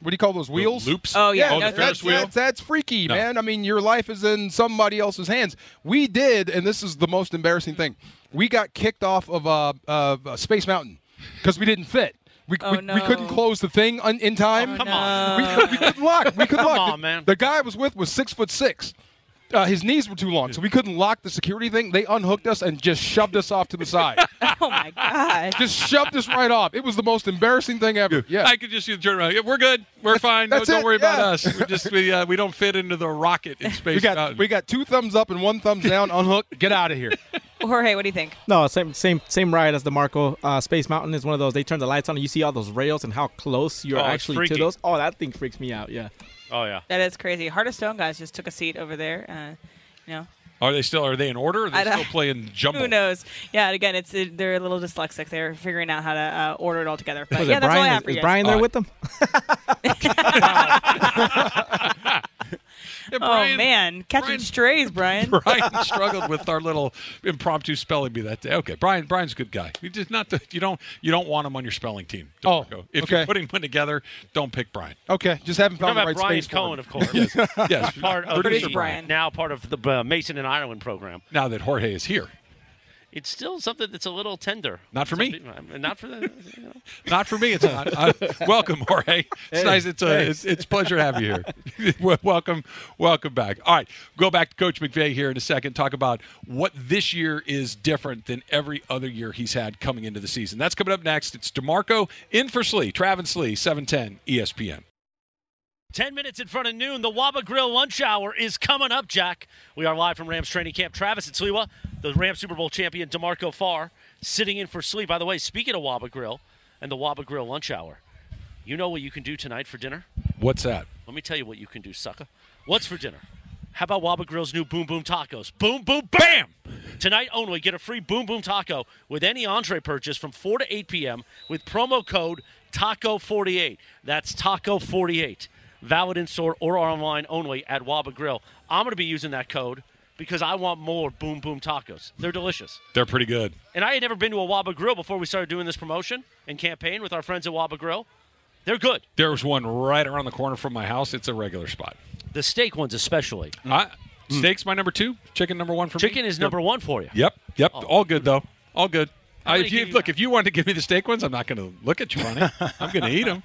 [SPEAKER 4] what do you call those wheels?
[SPEAKER 2] loops?
[SPEAKER 3] Mm-hmm. Oh,
[SPEAKER 2] Oh,
[SPEAKER 3] yeah, no,
[SPEAKER 2] the Ferris
[SPEAKER 4] that- that's,
[SPEAKER 3] that's-
[SPEAKER 2] wheel.
[SPEAKER 4] that's, that's freaky, man. I mean, your life is in somebody else's hands. We did, and this is the most embarrassing thing. We got kicked off of uh, uh, uh, Space Mountain because we didn't fit. We,
[SPEAKER 3] Oh,
[SPEAKER 4] we, we couldn't
[SPEAKER 3] no. Oh,
[SPEAKER 4] close the thing un- in time.
[SPEAKER 5] come on.
[SPEAKER 4] We, could, we couldn't lock. We couldn't lock.
[SPEAKER 5] on,
[SPEAKER 4] The-
[SPEAKER 5] man.
[SPEAKER 4] The guy I was with was six foot six. Uh, his knees were too long, so we couldn't lock the security thing. They unhooked us and just shoved us off to the side.
[SPEAKER 3] Oh my god.
[SPEAKER 4] just shoved us right off. It was the most embarrassing thing ever. Yeah.
[SPEAKER 2] I could just see the turnaround. Yeah, we're good. We're fine.
[SPEAKER 4] that's
[SPEAKER 2] don't
[SPEAKER 4] it,
[SPEAKER 2] worry about
[SPEAKER 4] yeah.
[SPEAKER 2] us. We just we, uh, we don't fit into the rocket in space.
[SPEAKER 4] we got
[SPEAKER 2] Mountain.
[SPEAKER 4] we got two thumbs up and one thumbs down. Unhook. Get out of here.
[SPEAKER 3] Jorge, what do you think?
[SPEAKER 6] No, same same same ride as the Marco. Uh, Space Mountain is one of those. They turn the lights on and you see all those rails and how close you're
[SPEAKER 5] Oh, it's
[SPEAKER 6] actually to
[SPEAKER 5] freaky.
[SPEAKER 6] those. Oh, that thing freaks me out. Yeah.
[SPEAKER 5] Oh yeah.
[SPEAKER 3] That is crazy. Heart of Stone guys just took a seat over there. Uh, you know,
[SPEAKER 2] Are they still? Are they in order? Or are they
[SPEAKER 3] I don't-
[SPEAKER 2] still playing jumble?
[SPEAKER 3] who knows? Yeah, and again, it's it, they're a little dyslexic. They're figuring out how to uh, order it all together. But
[SPEAKER 6] Was
[SPEAKER 3] yeah,
[SPEAKER 6] it
[SPEAKER 3] that's all I
[SPEAKER 6] Brian?
[SPEAKER 3] have
[SPEAKER 6] Is-
[SPEAKER 3] for you.
[SPEAKER 6] is
[SPEAKER 3] guys.
[SPEAKER 6] Brian
[SPEAKER 5] Oh,
[SPEAKER 6] there
[SPEAKER 2] All right.
[SPEAKER 6] with them?
[SPEAKER 2] Yeah,
[SPEAKER 3] oh
[SPEAKER 2] Brian-
[SPEAKER 3] man, catching
[SPEAKER 2] Brian-
[SPEAKER 3] strays, Brian.
[SPEAKER 2] Brian struggled with our little impromptu spelling bee that day. Okay, Brian. Brian's a good guy. You just not the, you don't you don't want him on your spelling team. DeMarco.
[SPEAKER 4] Oh,
[SPEAKER 2] if
[SPEAKER 4] okay.
[SPEAKER 2] you're putting one together, don't pick Brian.
[SPEAKER 4] Okay, just haven't
[SPEAKER 5] Talking
[SPEAKER 4] found the
[SPEAKER 5] about
[SPEAKER 4] right
[SPEAKER 5] Brian
[SPEAKER 4] space
[SPEAKER 5] Cohen,
[SPEAKER 4] for him.
[SPEAKER 5] of course.
[SPEAKER 2] Yes,
[SPEAKER 5] Part of
[SPEAKER 2] producer
[SPEAKER 5] the-
[SPEAKER 2] Brian.
[SPEAKER 3] Brian.
[SPEAKER 5] Now part of the uh, Mason and Ireland program.
[SPEAKER 2] Now that Jorge is here,
[SPEAKER 5] It's still something that's a little tender.
[SPEAKER 2] Not for me.
[SPEAKER 5] Something- Not for the. You know.
[SPEAKER 2] Not for me. It's not. I, welcome, Jorge. It's nice. It's a. It's, it's a pleasure to have you here. Wel- welcome, welcome back. All right, go back to Coach McVay here in a second. Talk about what this year is different than every other year he's had coming into the season. That's coming up next. It's Demarco in for Slee, Travis Slee, seven ten E ESPN.
[SPEAKER 5] 10 minutes in front of noon, the Waba Grill lunch hour is coming up, Jack. We are live from Rams training camp. Travis at Sliwa, the Rams Super Bowl champion DeMarco Farr, sitting in for Slee. By the way, speaking of Waba Grill and the Waba Grill lunch hour, you know what you can do tonight for dinner?
[SPEAKER 2] What's that?
[SPEAKER 5] Let me tell you what you can do, sucker. What's for dinner? How about Waba Grill's new Boom Boom Tacos? Boom Boom Bam! Tonight only, get a free Boom Boom Taco with any entree purchase from 4 to 8 p.m. with promo code TACO48. That's TACO48. Valid in store or online only at Waba Grill. I'm going to be using that code because I want more Boom Boom Tacos. They're delicious.
[SPEAKER 2] They're pretty good.
[SPEAKER 5] And I had never been to a Waba Grill before we started doing this promotion and campaign with our friends at Waba Grill. They're good.
[SPEAKER 2] There was one right around the corner from my house. It's a regular spot.
[SPEAKER 5] The steak ones, especially.
[SPEAKER 4] Mm.
[SPEAKER 2] I, steaks my number two. Chicken number one for me.
[SPEAKER 5] Chicken is number one for you.
[SPEAKER 2] Yep, yep.
[SPEAKER 4] Oh.
[SPEAKER 2] All good though. All good. I,
[SPEAKER 5] many
[SPEAKER 2] if you,
[SPEAKER 5] give you
[SPEAKER 2] look,
[SPEAKER 5] now?
[SPEAKER 2] if you wanted to give me the steak ones, I'm not going to look at you on it. I'm going to eat them.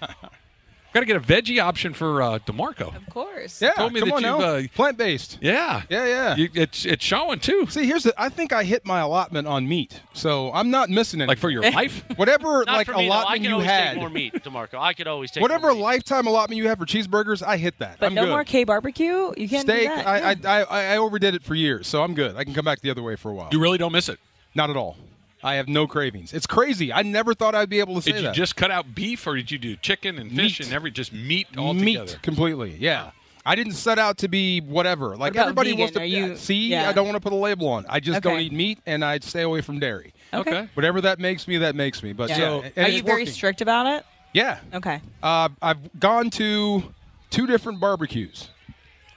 [SPEAKER 2] Got to get a veggie option for uh, Demarco.
[SPEAKER 3] Of course.
[SPEAKER 4] Yeah,
[SPEAKER 2] told me
[SPEAKER 4] come
[SPEAKER 2] that
[SPEAKER 4] on
[SPEAKER 2] you've,
[SPEAKER 4] now.
[SPEAKER 2] uh,
[SPEAKER 4] plant based.
[SPEAKER 2] Yeah,
[SPEAKER 4] Yeah, yeah.
[SPEAKER 2] You, it's it's showing too.
[SPEAKER 4] See, here's the. I think I hit my allotment on meat, so I'm not missing it.
[SPEAKER 2] Like for your life.
[SPEAKER 4] whatever
[SPEAKER 5] Not
[SPEAKER 4] like
[SPEAKER 5] for me, though. I
[SPEAKER 4] allotment
[SPEAKER 5] can
[SPEAKER 4] you
[SPEAKER 5] always
[SPEAKER 4] had,
[SPEAKER 5] take more meat, Demarco. I could always take
[SPEAKER 4] whatever
[SPEAKER 5] more meat.
[SPEAKER 4] lifetime allotment you have for cheeseburgers, I hit that.
[SPEAKER 3] But
[SPEAKER 4] I'm
[SPEAKER 3] no
[SPEAKER 4] good.
[SPEAKER 3] more K barbecue. You can't
[SPEAKER 4] steak.
[SPEAKER 3] do that.
[SPEAKER 4] I,
[SPEAKER 3] Yeah.
[SPEAKER 4] I, I I overdid it for years, so I'm good. I can come back the other way for a while.
[SPEAKER 2] You really don't miss it.
[SPEAKER 4] Not at all. I have no cravings. It's crazy. I never thought I'd be able to say
[SPEAKER 2] Did you
[SPEAKER 4] that.
[SPEAKER 2] just cut out beef, or did you do chicken and fish
[SPEAKER 4] Meat.
[SPEAKER 2] and every just meat all
[SPEAKER 4] meat
[SPEAKER 2] together?
[SPEAKER 4] completely. Yeah. I didn't set out to be whatever. Like
[SPEAKER 3] about
[SPEAKER 4] everybody wants to
[SPEAKER 3] vegan? Are you-
[SPEAKER 4] see.
[SPEAKER 3] yeah.
[SPEAKER 4] I don't want to put a label on. I just don't
[SPEAKER 3] Okay.
[SPEAKER 4] eat meat, and I stay away from dairy.
[SPEAKER 3] okay.
[SPEAKER 2] Okay.
[SPEAKER 4] Whatever that makes me, that makes me. But
[SPEAKER 3] Yeah.
[SPEAKER 4] so and
[SPEAKER 3] Are
[SPEAKER 4] it's
[SPEAKER 3] you very
[SPEAKER 4] working.
[SPEAKER 3] strict about it?
[SPEAKER 4] Yeah.
[SPEAKER 3] Okay.
[SPEAKER 4] Uh, I've gone to two different barbecues,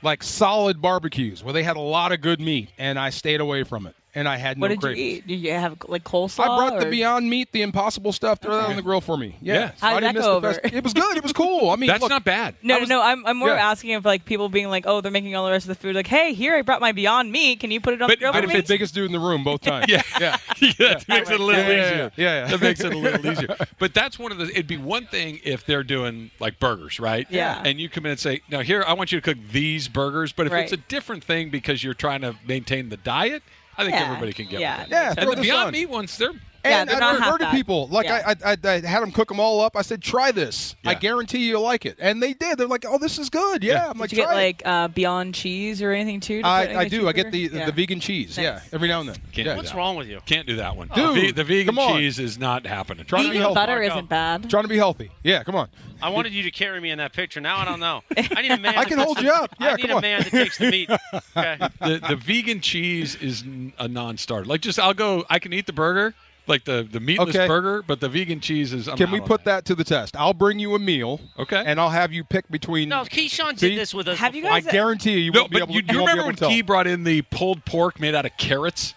[SPEAKER 4] like solid barbecues where they had a lot of good meat, and I stayed away from it, and I had no
[SPEAKER 3] What did
[SPEAKER 4] cravings.
[SPEAKER 3] you eat? Did you have like coleslaw?
[SPEAKER 4] I brought the
[SPEAKER 3] or-
[SPEAKER 4] Beyond Meat, the Impossible stuff. Throw that on the grill for me. Yeah,
[SPEAKER 2] Yeah.
[SPEAKER 4] So
[SPEAKER 3] How
[SPEAKER 4] I
[SPEAKER 3] did
[SPEAKER 4] didn't
[SPEAKER 3] that
[SPEAKER 4] miss
[SPEAKER 3] go
[SPEAKER 4] the fest-
[SPEAKER 3] over?
[SPEAKER 4] It was good. It was cool. I mean,
[SPEAKER 2] That's
[SPEAKER 4] look,
[SPEAKER 2] not bad.
[SPEAKER 3] No,
[SPEAKER 4] I was-
[SPEAKER 3] no, no. I'm, I'm more
[SPEAKER 4] yeah.
[SPEAKER 3] asking if like people being like, oh, they're making all the rest of the food. Like, hey, here I brought my Beyond Meat. Can you put it on
[SPEAKER 2] But-
[SPEAKER 3] the grill
[SPEAKER 2] but
[SPEAKER 3] for
[SPEAKER 2] if
[SPEAKER 3] me?
[SPEAKER 2] it's-
[SPEAKER 4] biggest dude in the room both times.
[SPEAKER 2] Yeah, yeah, that makes it a little
[SPEAKER 4] Yeah, yeah,
[SPEAKER 2] easier.
[SPEAKER 4] yeah, yeah.
[SPEAKER 2] that makes it a little easier. But that's one of the. It'd be one thing if they're doing like burgers, right?
[SPEAKER 3] Yeah.
[SPEAKER 2] And you come in and say, "Now here, I want you to cook these burgers," but if it's a
[SPEAKER 3] Right.
[SPEAKER 2] different thing because you're trying to maintain the diet, I think
[SPEAKER 3] Yeah.
[SPEAKER 2] everybody can get
[SPEAKER 3] Yeah.
[SPEAKER 2] with
[SPEAKER 4] Yeah,
[SPEAKER 2] that.
[SPEAKER 4] throw
[SPEAKER 2] And the
[SPEAKER 4] this
[SPEAKER 2] Beyond
[SPEAKER 4] on.
[SPEAKER 2] Meat ones, they're
[SPEAKER 3] Yeah,
[SPEAKER 4] and
[SPEAKER 3] they're
[SPEAKER 4] I
[SPEAKER 3] not half
[SPEAKER 4] referred to
[SPEAKER 3] bad.
[SPEAKER 4] people. Like
[SPEAKER 3] Yeah.
[SPEAKER 4] I, I, I had them cook them all up. I said, "Try this. I
[SPEAKER 2] Yeah.
[SPEAKER 4] guarantee you'll like it." And they did. They're like, "Oh, this is good." Yeah. I'm like,
[SPEAKER 3] Did you get
[SPEAKER 4] "Try it."
[SPEAKER 3] like uh, Beyond Cheese or anything too? to put in
[SPEAKER 4] I,
[SPEAKER 3] the
[SPEAKER 4] I do. I get the
[SPEAKER 3] cheeseburger? Yeah.
[SPEAKER 4] the vegan cheese. Yeah,
[SPEAKER 3] Nice.
[SPEAKER 4] every now and then.
[SPEAKER 2] Can't
[SPEAKER 4] yeah.
[SPEAKER 2] do
[SPEAKER 5] What's
[SPEAKER 2] that.
[SPEAKER 5] wrong with you?
[SPEAKER 2] can't do that one.
[SPEAKER 4] Dude,
[SPEAKER 2] the, ve- the vegan
[SPEAKER 4] come on.
[SPEAKER 2] cheese is not happening.
[SPEAKER 4] Trying to be
[SPEAKER 3] Vegan
[SPEAKER 4] healthy.
[SPEAKER 3] butter isn't bad.
[SPEAKER 4] Trying to be healthy. Yeah, come on.
[SPEAKER 5] I wanted you to carry me in that picture. Now I don't know. I need a man.
[SPEAKER 4] I
[SPEAKER 5] that
[SPEAKER 4] can
[SPEAKER 5] puts
[SPEAKER 4] hold
[SPEAKER 5] the-
[SPEAKER 4] you up.
[SPEAKER 5] I
[SPEAKER 4] Yeah,
[SPEAKER 5] need
[SPEAKER 4] come
[SPEAKER 5] a
[SPEAKER 4] on.
[SPEAKER 5] man that takes the meat. Okay.
[SPEAKER 2] the, the vegan cheese is n- a non-starter. Like, just I'll go. I can eat the burger, like the the meatless
[SPEAKER 4] Okay.
[SPEAKER 2] burger, but the vegan cheese is. I'm
[SPEAKER 4] Can
[SPEAKER 2] out
[SPEAKER 4] we
[SPEAKER 2] on
[SPEAKER 4] put that to the test? I'll bring you a meal.
[SPEAKER 2] Okay.
[SPEAKER 4] And I'll have you pick between.
[SPEAKER 5] No, Keyshawn
[SPEAKER 4] See?
[SPEAKER 5] did this with us.
[SPEAKER 3] Have you
[SPEAKER 5] before.
[SPEAKER 4] I
[SPEAKER 3] guys-
[SPEAKER 4] guarantee you, you
[SPEAKER 2] No,
[SPEAKER 4] won't be
[SPEAKER 2] but
[SPEAKER 4] able.
[SPEAKER 2] you
[SPEAKER 4] to-
[SPEAKER 2] do
[SPEAKER 4] you won't be
[SPEAKER 2] remember
[SPEAKER 4] able
[SPEAKER 2] when
[SPEAKER 4] to tell.
[SPEAKER 2] Key brought in the pulled pork made out of carrots?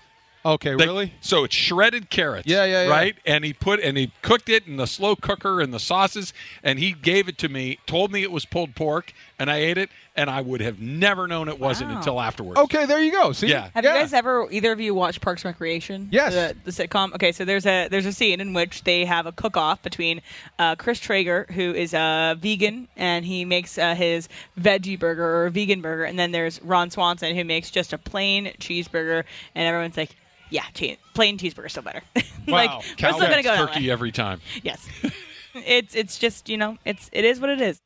[SPEAKER 4] Okay,
[SPEAKER 2] They-
[SPEAKER 4] really?
[SPEAKER 2] So it's shredded carrots.
[SPEAKER 4] Yeah, yeah, yeah.
[SPEAKER 2] Right? And he put and he cooked it in the slow cooker and the sauces and he gave it to me, told me it was pulled pork, and I ate it and I would have never known it wasn't until afterwards.
[SPEAKER 4] Okay, there you go. See?
[SPEAKER 2] Yeah.
[SPEAKER 3] Have you guys ever, either of you, watched Parks and Recreation?
[SPEAKER 4] Yes.
[SPEAKER 3] The, the sitcom. Okay, so there's a there's a scene in which they have a cook-off between uh, Chris Traeger, who is a vegan, and he makes uh, his veggie burger or vegan burger, and then there's Ron Swanson, who makes just a plain cheeseburger, and everyone's like, "Yeah, che- plain cheeseburger still better." like,
[SPEAKER 4] Wow.
[SPEAKER 3] we're still
[SPEAKER 2] Cowbell's
[SPEAKER 3] gonna go that
[SPEAKER 2] turkey
[SPEAKER 3] way.
[SPEAKER 2] every time.
[SPEAKER 3] Yes. it's it's just you know it's it is what it is.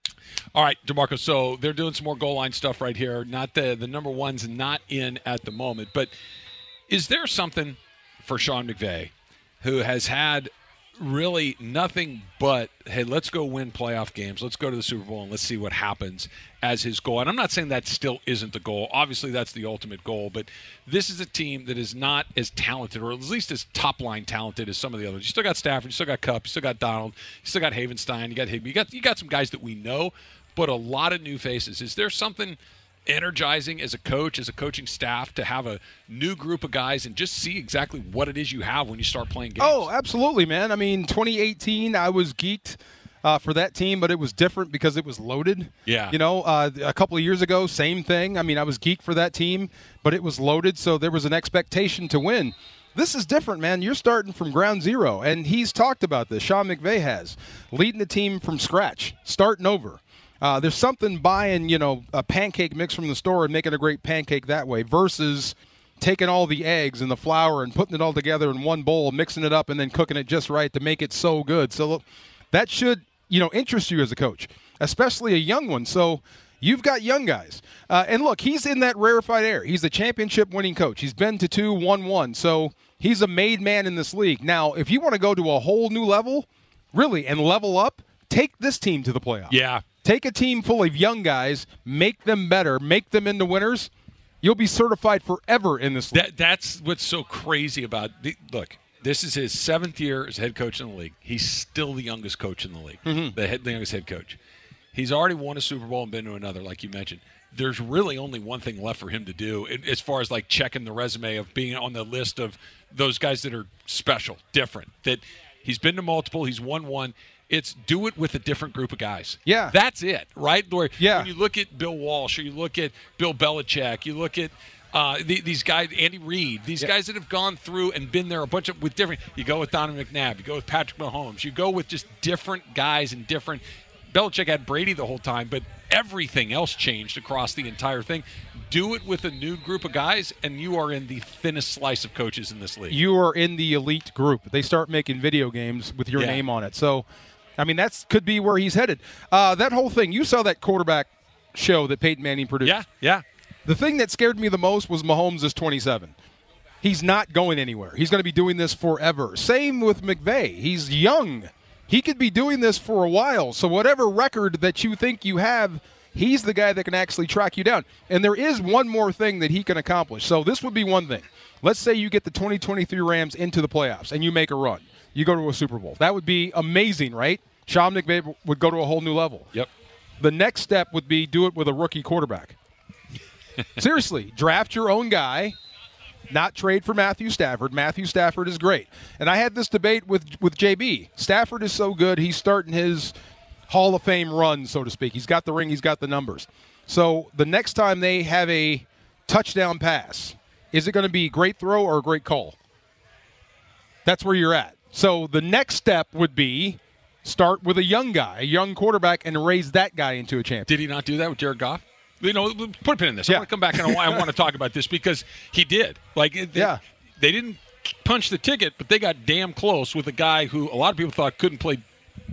[SPEAKER 2] All right, Demarco. So they're doing some more goal line stuff right here. Not the the number one's not in at the moment, but is there something for Sean McVay, who has had really nothing but hey, let's go win playoff games, let's go to the Super Bowl, and let's see what happens as his goal. And I'm not saying that still isn't the goal. Obviously, that's the ultimate goal, but this is a team that is not as talented, or at least as top line talented as some of the others. You still got Stafford, you still got Cup, you still got Donald, you still got Havenstein, you got Higby, you got you got some guys that we know, but a lot of new faces. Is there something? energizing as a coach, as a coaching staff, to have a new group of guys and just see exactly what it is you have when you start playing games.
[SPEAKER 4] Oh, absolutely, man. I mean, 2018, I was geeked uh, for that team, but it was different because it was loaded.
[SPEAKER 2] Yeah.
[SPEAKER 4] You know, uh, a couple of years ago, same thing. I mean, I was geeked for that team, but it was loaded, so there was an expectation to win. This is different, man. You're starting from ground zero, and he's talked about this. Sean McVay has leading the team from scratch, starting over. Uh, there's something buying, you know, a pancake mix from the store and making a great pancake that way versus taking all the eggs and the flour and putting it all together in one bowl, mixing it up, and then cooking it just right to make it so good. So look, that should you know interest you as a coach, especially a young one. So you've got young guys, uh, and look, he's in that rarefied air. He's the championship-winning coach. He's been to two, one, one. So he's a made man in this league. Now, if you want to go to a whole new level, really, and level up, take this team to the playoffs.
[SPEAKER 2] Yeah.
[SPEAKER 4] Take a team full of young guys, make them better, make them into winners. You'll be certified forever in this league.
[SPEAKER 2] That that's what's so crazy about. The, look, this is his seventh year as head coach in the league. He's still the youngest coach in the league,
[SPEAKER 4] Mm-hmm.
[SPEAKER 2] the, head, the youngest head coach. He's already won a Super Bowl and been to another, like you mentioned. There's really only one thing left for him to do, and- as far as like checking the resume of being on the list of those guys that are special, different. That he's been to multiple. He's won one. It's do it with a different group of guys.
[SPEAKER 4] Yeah.
[SPEAKER 2] that's it, right? Where
[SPEAKER 4] Yeah.
[SPEAKER 2] when you look at Bill Walsh, or you look at Bill Belichick, you look at uh, the, these guys, Andy Reid, these guys that have gone through and been there a bunch of with different. You go with Donovan McNabb, you go with Patrick Mahomes, you go with just different guys and different. Belichick had Brady the whole time, but everything else changed across the entire thing. Do it with a new group of guys, and you are in the thinnest slice of coaches in this league.
[SPEAKER 4] you are in the elite group. They start making video games with your
[SPEAKER 2] Yeah.
[SPEAKER 4] name on it. So, I mean, that's could be where he's headed. Uh, that whole thing, you saw that quarterback show that Peyton Manning produced.
[SPEAKER 2] yeah, yeah.
[SPEAKER 4] The thing that scared me the most was Mahomes is 27. He's not going anywhere. He's going to be doing this forever. Same with McVay. He's young. He could be doing this for a while. So whatever record that you think you have, he's the guy that can actually track you down. And there is one more thing that he can accomplish. So this would be one thing. Let's say you get the 2023 Rams into the playoffs and you make a run. You go to a Super Bowl. That would be amazing, right? Sean McVay would go to a whole new level.
[SPEAKER 2] Yep.
[SPEAKER 4] The next step would be do it with a rookie quarterback. Seriously, draft your own guy, not trade for Matthew Stafford. Matthew Stafford is great. And I had this debate with with JB. Stafford is so good, he's starting his Hall of Fame run, so to speak. He's got the ring, he's got the numbers. So the next time they have a touchdown pass, is it going to be a great throw or a great call? That's where you're at. So the next step would be start with a young guy, a young quarterback, and raise that guy into a champion.
[SPEAKER 2] Did he not do that with Jared Goff? You know, put a pin in this. I
[SPEAKER 4] Yeah.
[SPEAKER 2] want to come back and I want, I want to talk about this because he did. Like, it- they,
[SPEAKER 4] Yeah.
[SPEAKER 2] they didn't punch the ticket, but they got damn close with a guy who a lot of people thought couldn't play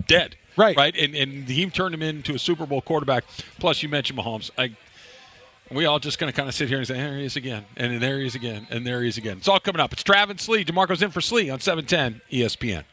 [SPEAKER 2] dead.
[SPEAKER 4] Right.
[SPEAKER 2] Right. And and he turned him into a Super Bowl quarterback. Plus, you mentioned Mahomes. I, we all just going to kind of sit here and say, there he is again, E and then there he is again, and there he is again. It's all coming up. It's Travis Slee. DeMarco's in for Slee on 710 ESPN.